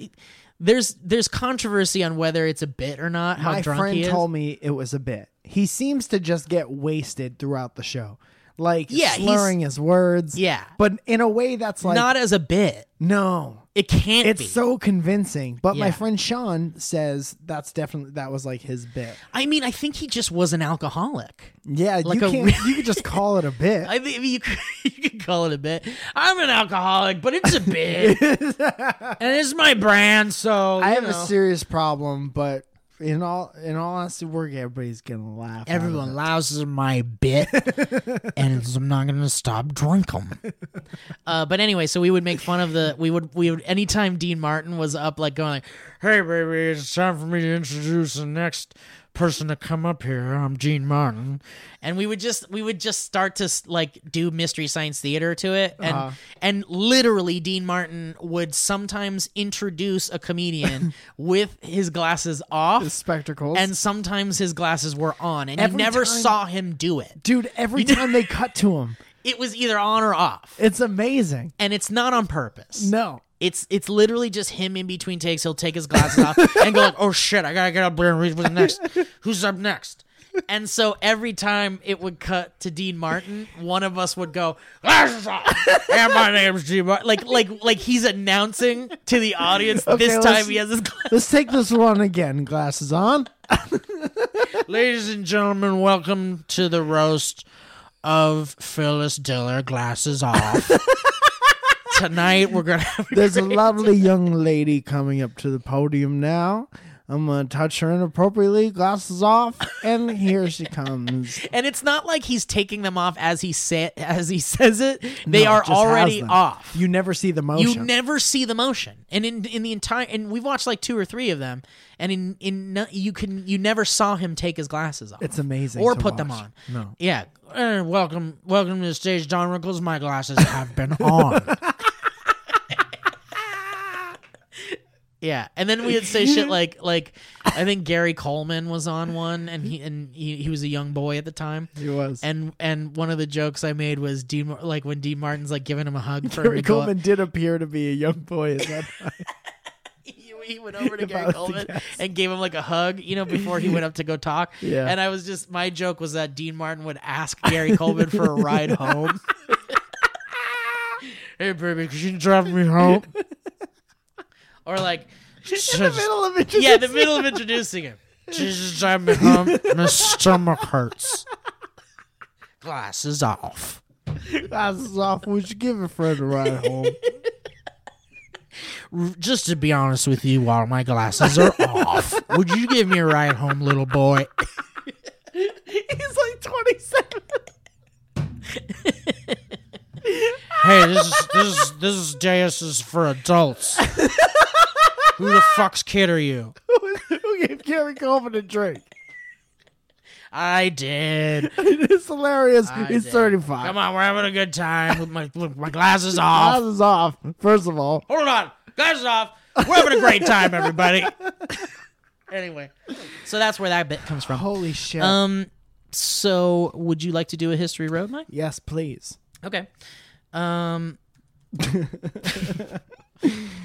S3: there's there's controversy on whether it's a bit or not. How
S2: My
S3: drunk
S2: friend
S3: he is.
S2: told me it was a bit. He seems to just get wasted throughout the show. Like
S3: Yeah, he's-
S2: slurring his words.
S3: yeah,
S2: But in a way that's like
S3: not as a bit.
S2: no.
S3: It can't
S2: It's
S3: be.
S2: so convincing. But my
S3: Yeah.
S2: friend Sean says that's definitely that was like his bit.
S3: I mean, I think he just was an alcoholic.
S2: Yeah,
S3: Like
S2: you
S3: a
S2: can
S3: re-
S2: not you could just call it a bit.
S3: I think you could, you could call it a bit. I'm an alcoholic, but it's a bit, and it's my brand. So
S2: I
S3: you
S2: have a
S3: know.
S2: serious problem, but in all in all honesty, we're everybody's gonna laugh. out of
S3: Everyone
S2: it.
S3: laughs at my bit, and it's- I'm not gonna stop drinking. Uh, but anyway, so we would make fun of the we would we would anytime Dean Martin was up, like going, like, "Hey baby, it's time for me to introduce the next person to come up here. I'm Gene Martin," and we would just we would just start to like do mystery science theater to it, and and literally Dean Martin would sometimes introduce a comedian with his glasses off,
S2: The spectacles
S3: and sometimes his glasses were on, and
S2: Every
S3: you never
S2: time-
S3: saw him do it.
S2: dude, every time they cut to him,
S3: It was either on or off,
S2: it's amazing.
S3: and it's not on purpose.
S2: No,
S3: It's it's literally just him in between takes. He'll take his glasses off and go like, "Oh shit, I gotta get up there and read what's next. Who's up next?" And so every time it would cut to Dean Martin, one of us would go, "Glasses off." And my name's Dean Martin. Like like like he's announcing to the audience this
S2: let's-
S3: time he has his glasses.
S2: let's take this one again. Glasses on.
S3: Ladies and gentlemen, welcome to the roast of Phyllis Diller. Glasses off. Tonight we're gonna have
S2: There's a lovely young lady coming up to the podium now. I'm gonna touch her inappropriately, glasses off, and here she comes.
S3: And it's not like he's taking them off as he say as he says it. They
S2: No,
S3: are
S2: it just has
S3: already
S2: them.
S3: off.
S2: You never see the
S3: You
S2: motion.
S3: never see the motion, and in in the entire and we've watched like two or three of them, and in in no, you can you never saw him take his glasses off.
S2: It's amazing
S3: Or
S2: to
S3: put them
S2: watch.
S3: on.
S2: No.
S3: Yeah. Eh, welcome, welcome to the stage, Don Rickles. My glasses have been on. yeah, and then we would say shit like like I think Gary Coleman was on one, and he and he, he was a young boy at the time.
S2: It was.
S3: And and one of the jokes I made was D Mar- like when D Martin's like giving him a hug for him
S2: Gary
S3: to go up-
S2: Coleman did appear to be a young boy at that time.
S3: he, he went over to
S2: If I
S3: Gary
S2: was to
S3: Coleman
S2: guess.
S3: and gave him like a hug, you know, before he went up to go talk.
S2: Yeah.
S3: And I was just my joke was that Dean Martin would ask Gary Coleman for a ride home. hey baby, could you drive me home? or like
S2: In the middle of it.
S3: yeah, the middle of introducing him. Jesus drive me home. My stomach hurts. Glasses off.
S2: glasses off. We should give a friend a ride home.
S3: R- Just to be honest with you, while my glasses are off, would you give me a ride home, little boy?
S2: He's like 27.
S3: Hey, this is this is this is Deus is for adults. Who the fuck's kid are you?
S2: Who gave Gary Coleman a drink?
S3: I did.
S2: It is hilarious.
S3: I
S2: He's
S3: did.
S2: 35.
S3: Come on, we're having a good time with my with my glasses off.
S2: Glasses off. First of all,
S3: Hold on, glasses off. We're having a great time, everybody. anyway, so that's where that bit comes from.
S2: holy shit.
S3: Um, so would you like to do a history road, Mike?
S2: yes, please.
S3: Okay. Um,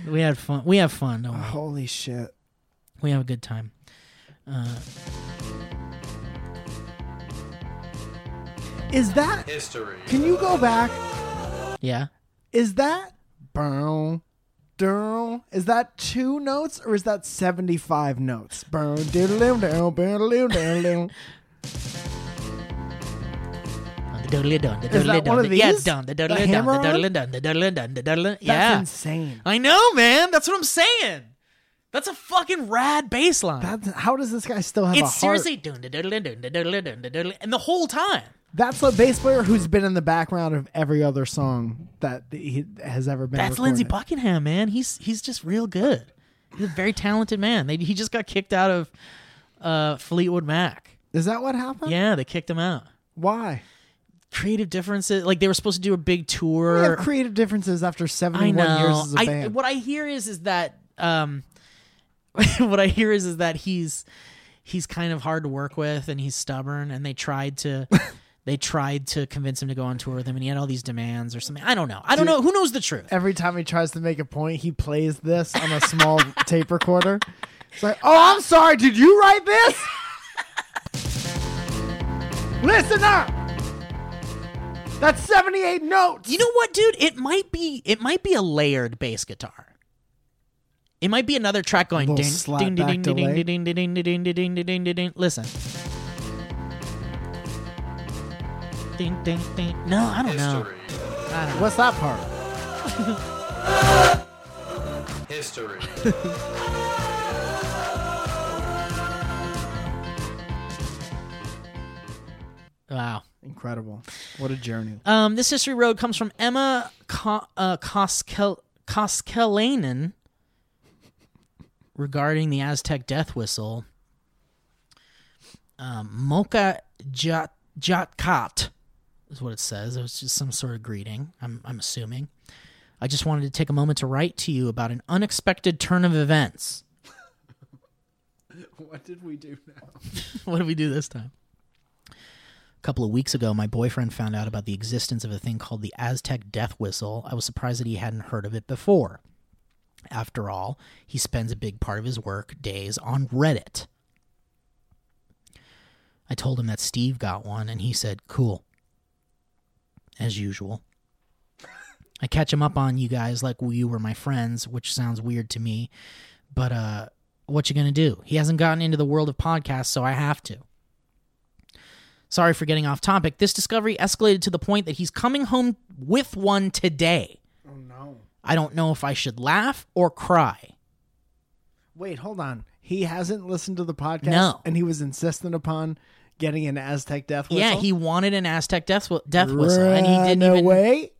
S3: we had fun. We have fun. Don't we?
S2: Holy shit.
S3: We have a good time.
S2: Is that?
S1: History.
S2: Can you go back?
S3: Yeah.
S2: Is that? Bow. Down. Is that two notes or is that 75 notes? Bow, diddle-down, down, bow, down, down.
S3: The doodly dun, the
S2: Is
S3: doodly
S2: that
S3: dun,
S2: one
S3: the-
S2: of
S3: Yeah,
S2: these?
S3: it's done. The
S2: The
S3: doodly dun, the
S2: hammer-on?
S3: doodly dun, the doodly dun, the doodly dun.
S2: That's
S3: Yeah.
S2: insane.
S3: I know, man. That's what I'm saying. That's a fucking rad bass line.
S2: That's, how does this guy still have a heart?
S3: it's seriously dun, the doodly dun, the doodly dun, the doodly and the whole time.
S2: That's a bass player who's been in the background of every other song that he has ever been.
S3: That's
S2: recorded.
S3: Lindsey Buckingham, man. He's he's just real good. He's a very talented man. They, he just got kicked out of uh, Fleetwood Mac.
S2: Is that what happened?
S3: Yeah, they kicked him out.
S2: Why?
S3: Creative differences. Like they were supposed to do a big tour.
S2: We have creative differences after
S3: Er, I
S2: 71
S3: know.
S2: years as a
S3: I-
S2: band.
S3: what I hear is is that um, what I hear is is that he's he's kind of hard to work with and he's stubborn and they tried to they tried to convince him to go on tour with him and he had all these demands or something. I don't know. I don't know. Who knows the truth?
S2: every time he tries to make a point, he plays this on a small tape recorder. It's like, oh, I'm sorry, did you write this? Listen up! That's 78 notes!
S3: You know what, dude? It might be it might be a layered bass guitar. It might be another track going
S2: Little
S3: ding
S2: slap
S3: ding
S2: back
S3: ding ding
S2: delay.
S3: ding ding ding ding ding ding ding ding ding ding ding. Listen. Ding ding ding. No, I don't know.
S1: History.
S2: What's that part?
S1: History.
S3: Wow.
S2: Incredible. What a journey.
S3: Um, this history road comes from Emma Co- uh, Koskel- Koskelainen regarding the Aztec death whistle. Um, Mocha Jat- Jatkat is what it says. It was just some sort of greeting, I'm, I'm assuming. I just wanted to take a moment to write to you about an unexpected turn of events.
S2: What did we do now?
S3: what did we do this time? A couple of weeks ago, my boyfriend found out about the existence of a thing called the Aztec death whistle. I was surprised that he hadn't heard of it before. After all, he spends a big part of his work days on Reddit. I told him that Steve got one, and he said, Cool. As usual. I catch him up on you guys like you were my friends, which sounds weird to me, but uh, what you gonna do? He hasn't gotten into the world of podcasts, so I have to. Sorry for getting off topic. This discovery escalated to the point that he's coming home with one today.
S2: Oh no.
S3: I don't know if I should laugh or cry.
S2: Wait, hold on. He hasn't listened to the podcast,
S3: No.
S2: and he was insistent upon getting an Aztec death whistle.
S3: Yeah, he wanted an Aztec death, whi- death whistle, and he didn't
S2: Run
S3: even.
S2: away.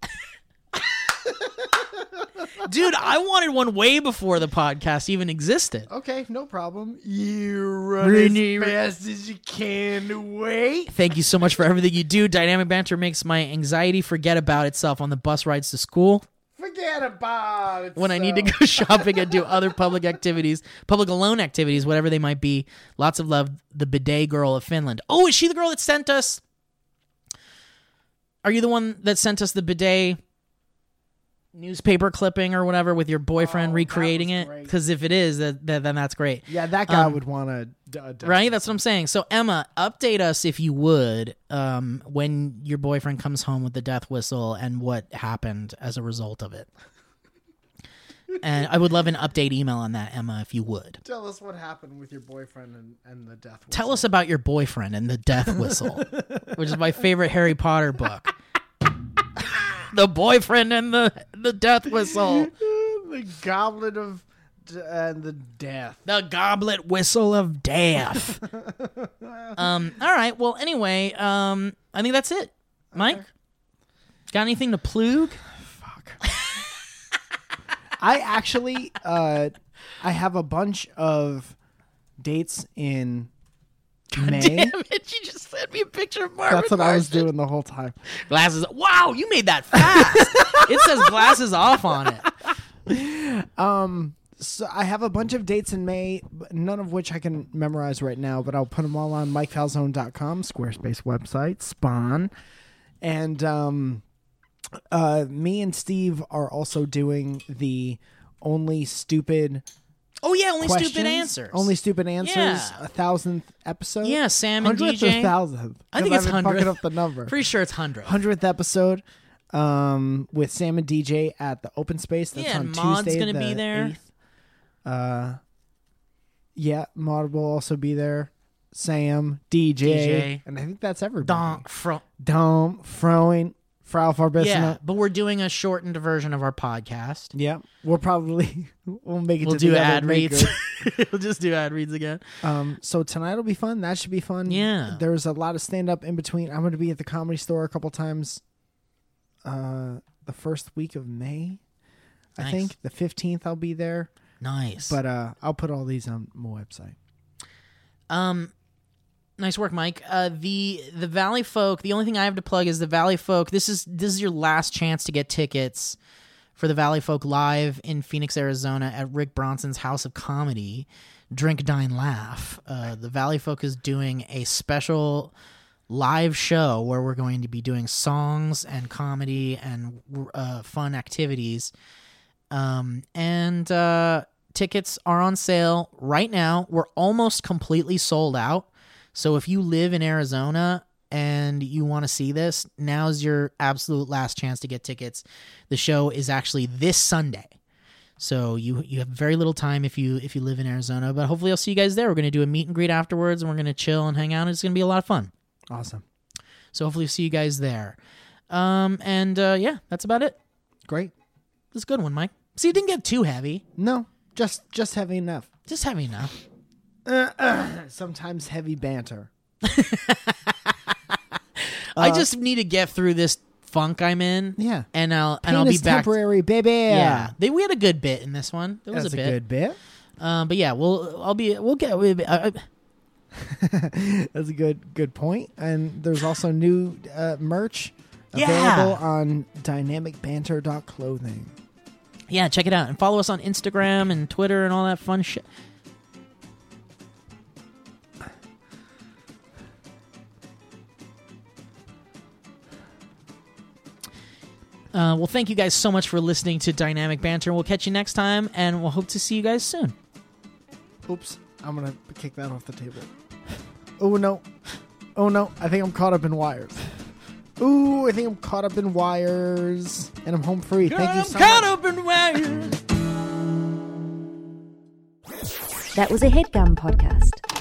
S3: Dude, I wanted one way before the podcast even existed.
S2: Okay, no problem. You run
S3: Really-
S2: as fast as you can away.
S3: Thank you so much for everything you do. Dynamic banter makes my anxiety forget about itself on the bus rides to school.
S2: Forget about it.
S3: when I need to go shopping and do other public activities, public alone activities, whatever they might be. Lots of love, the bidet girl of Finland. Oh, is she the girl that sent us? Are you the one that sent us the bidet newspaper clipping or whatever with your boyfriend
S2: Oh, that
S3: recreating
S2: was
S3: it?
S2: great.
S3: Because if it is, that, that, then that's great.
S2: Yeah, that guy
S3: Um,
S2: would want to.
S3: Right, that's what I'm saying. So Emma, update us if you would, um, when your boyfriend comes home with the death whistle and what happened as a result of it. and I would love an update email on that, Emma, if you would.
S2: Tell us what happened with your boyfriend and, and the death.
S3: Tell us about your boyfriend and the death whistle, which is my favorite Harry Potter book. the boyfriend and the the death whistle.
S2: the goblet of d- and the death.
S3: the goblet whistle of death. um. All right. Well. Anyway. Um. I think that's it. Mike, got anything to plug?
S2: I actually, uh, I have a bunch of dates in May.
S3: Damn it! She just sent me a picture of Marvin.
S2: That's what I was
S3: Martian.
S2: doing the whole time.
S3: Glasses. Wow, you made that fast. it says glasses off on it.
S2: So I have a bunch of dates in May, but none of which I can memorize right now, but I'll put them all on mikefalzone.com, Squarespace website, Spawn. And um, uh, me and Steve are also doing the only stupid
S3: Oh yeah, only stupid
S2: questions,
S3: answers.
S2: Only stupid answers.
S3: Yeah.
S2: A thousandth episode.
S3: Yeah, Sam and
S2: hundredth
S3: DJ.
S2: or thousandth.
S3: I think
S2: 'Cause
S3: it's
S2: I've been
S3: hundredth.
S2: Fucking up the number.
S3: Pretty sure it's hundred.
S2: Hundredth episode. Um, with Sam and DJ at the open space. That's
S3: Yeah,
S2: on
S3: and Maud's
S2: Tuesday,
S3: gonna
S2: the
S3: be there.
S2: 8th. Uh, yeah, Maud will also be there. Sam, DJ,
S3: DJ.
S2: and I think that's everybody.
S3: Donk from.
S2: Dom, Froing, Frau Farbissina.
S3: Yeah, but we're doing a shortened version of our podcast.
S2: Yeah, we'll probably we'll make it.
S3: We'll
S2: to
S3: do
S2: the
S3: ad
S2: other
S3: reads.
S2: maker.
S3: we'll just do ad reads again.
S2: Um, so tonight will be fun. That should be fun.
S3: Yeah.
S2: There's a lot of stand up in between. I'm going to be at the comedy store a couple times. Uh, the first week of May, I
S3: Nice.
S2: think the 15th I'll be there.
S3: Nice.
S2: But uh, I'll put all these on my website.
S3: Um, nice work, Mike. Uh, the the Valley Folk. The only thing I have to plug is the Valley Folk. This is this is your last chance to get tickets for the Valley Folk live in Phoenix, Arizona, at Rick Bronson's House of Comedy. Drink, dine, laugh. Uh, the Valley Folk is doing a special live show where we're going to be doing songs and comedy and uh, fun activities. Um, and uh, tickets are on sale right now. We're almost completely sold out. So if you live in Arizona and you want to see this, now's your absolute last chance to get tickets. The show is actually this Sunday. So you you have very little time if you if you live in Arizona, but hopefully I'll see you guys there. We're going to do a meet and greet afterwards and we're going to chill and hang out. It's going to be a lot of fun.
S2: Awesome.
S3: So hopefully see you guys there. Um and uh yeah, that's about it.
S2: Great.
S3: It's a good one, Mike. See, it didn't get too heavy.
S2: No, just just heavy enough.
S3: Just heavy enough.
S2: Sometimes heavy banter.
S3: I just need to get through this funk I'm in.
S2: Uh, Yeah.
S3: And I'll
S2: Pain
S3: and I'll be
S2: is
S3: back.
S2: temporary, baby.
S3: yeah. They, we had a good bit in this one. There was
S2: That's
S3: a
S2: a,
S3: bit.
S2: good bit.
S3: Um, but yeah, we'll I'll be we'll get we'll be, uh, uh,
S2: That's a good good point. And there's also new uh, merch
S3: Yeah.
S2: available on dynamicbanter.clothing.
S3: yeah, check it out and follow us on Instagram and Twitter and all that fun shit. Uh, well, thank you guys so much for listening to Dynamic Banter. We'll catch you next time, and we'll hope to see you guys soon.
S2: Oops, I'm gonna kick that off the table. Oh no. Oh no, I think I'm caught up in wires. Ooh, I think I'm caught up in wires. And I'm home free. Thank you so much.
S3: up in wires.
S4: That was a headgum podcast.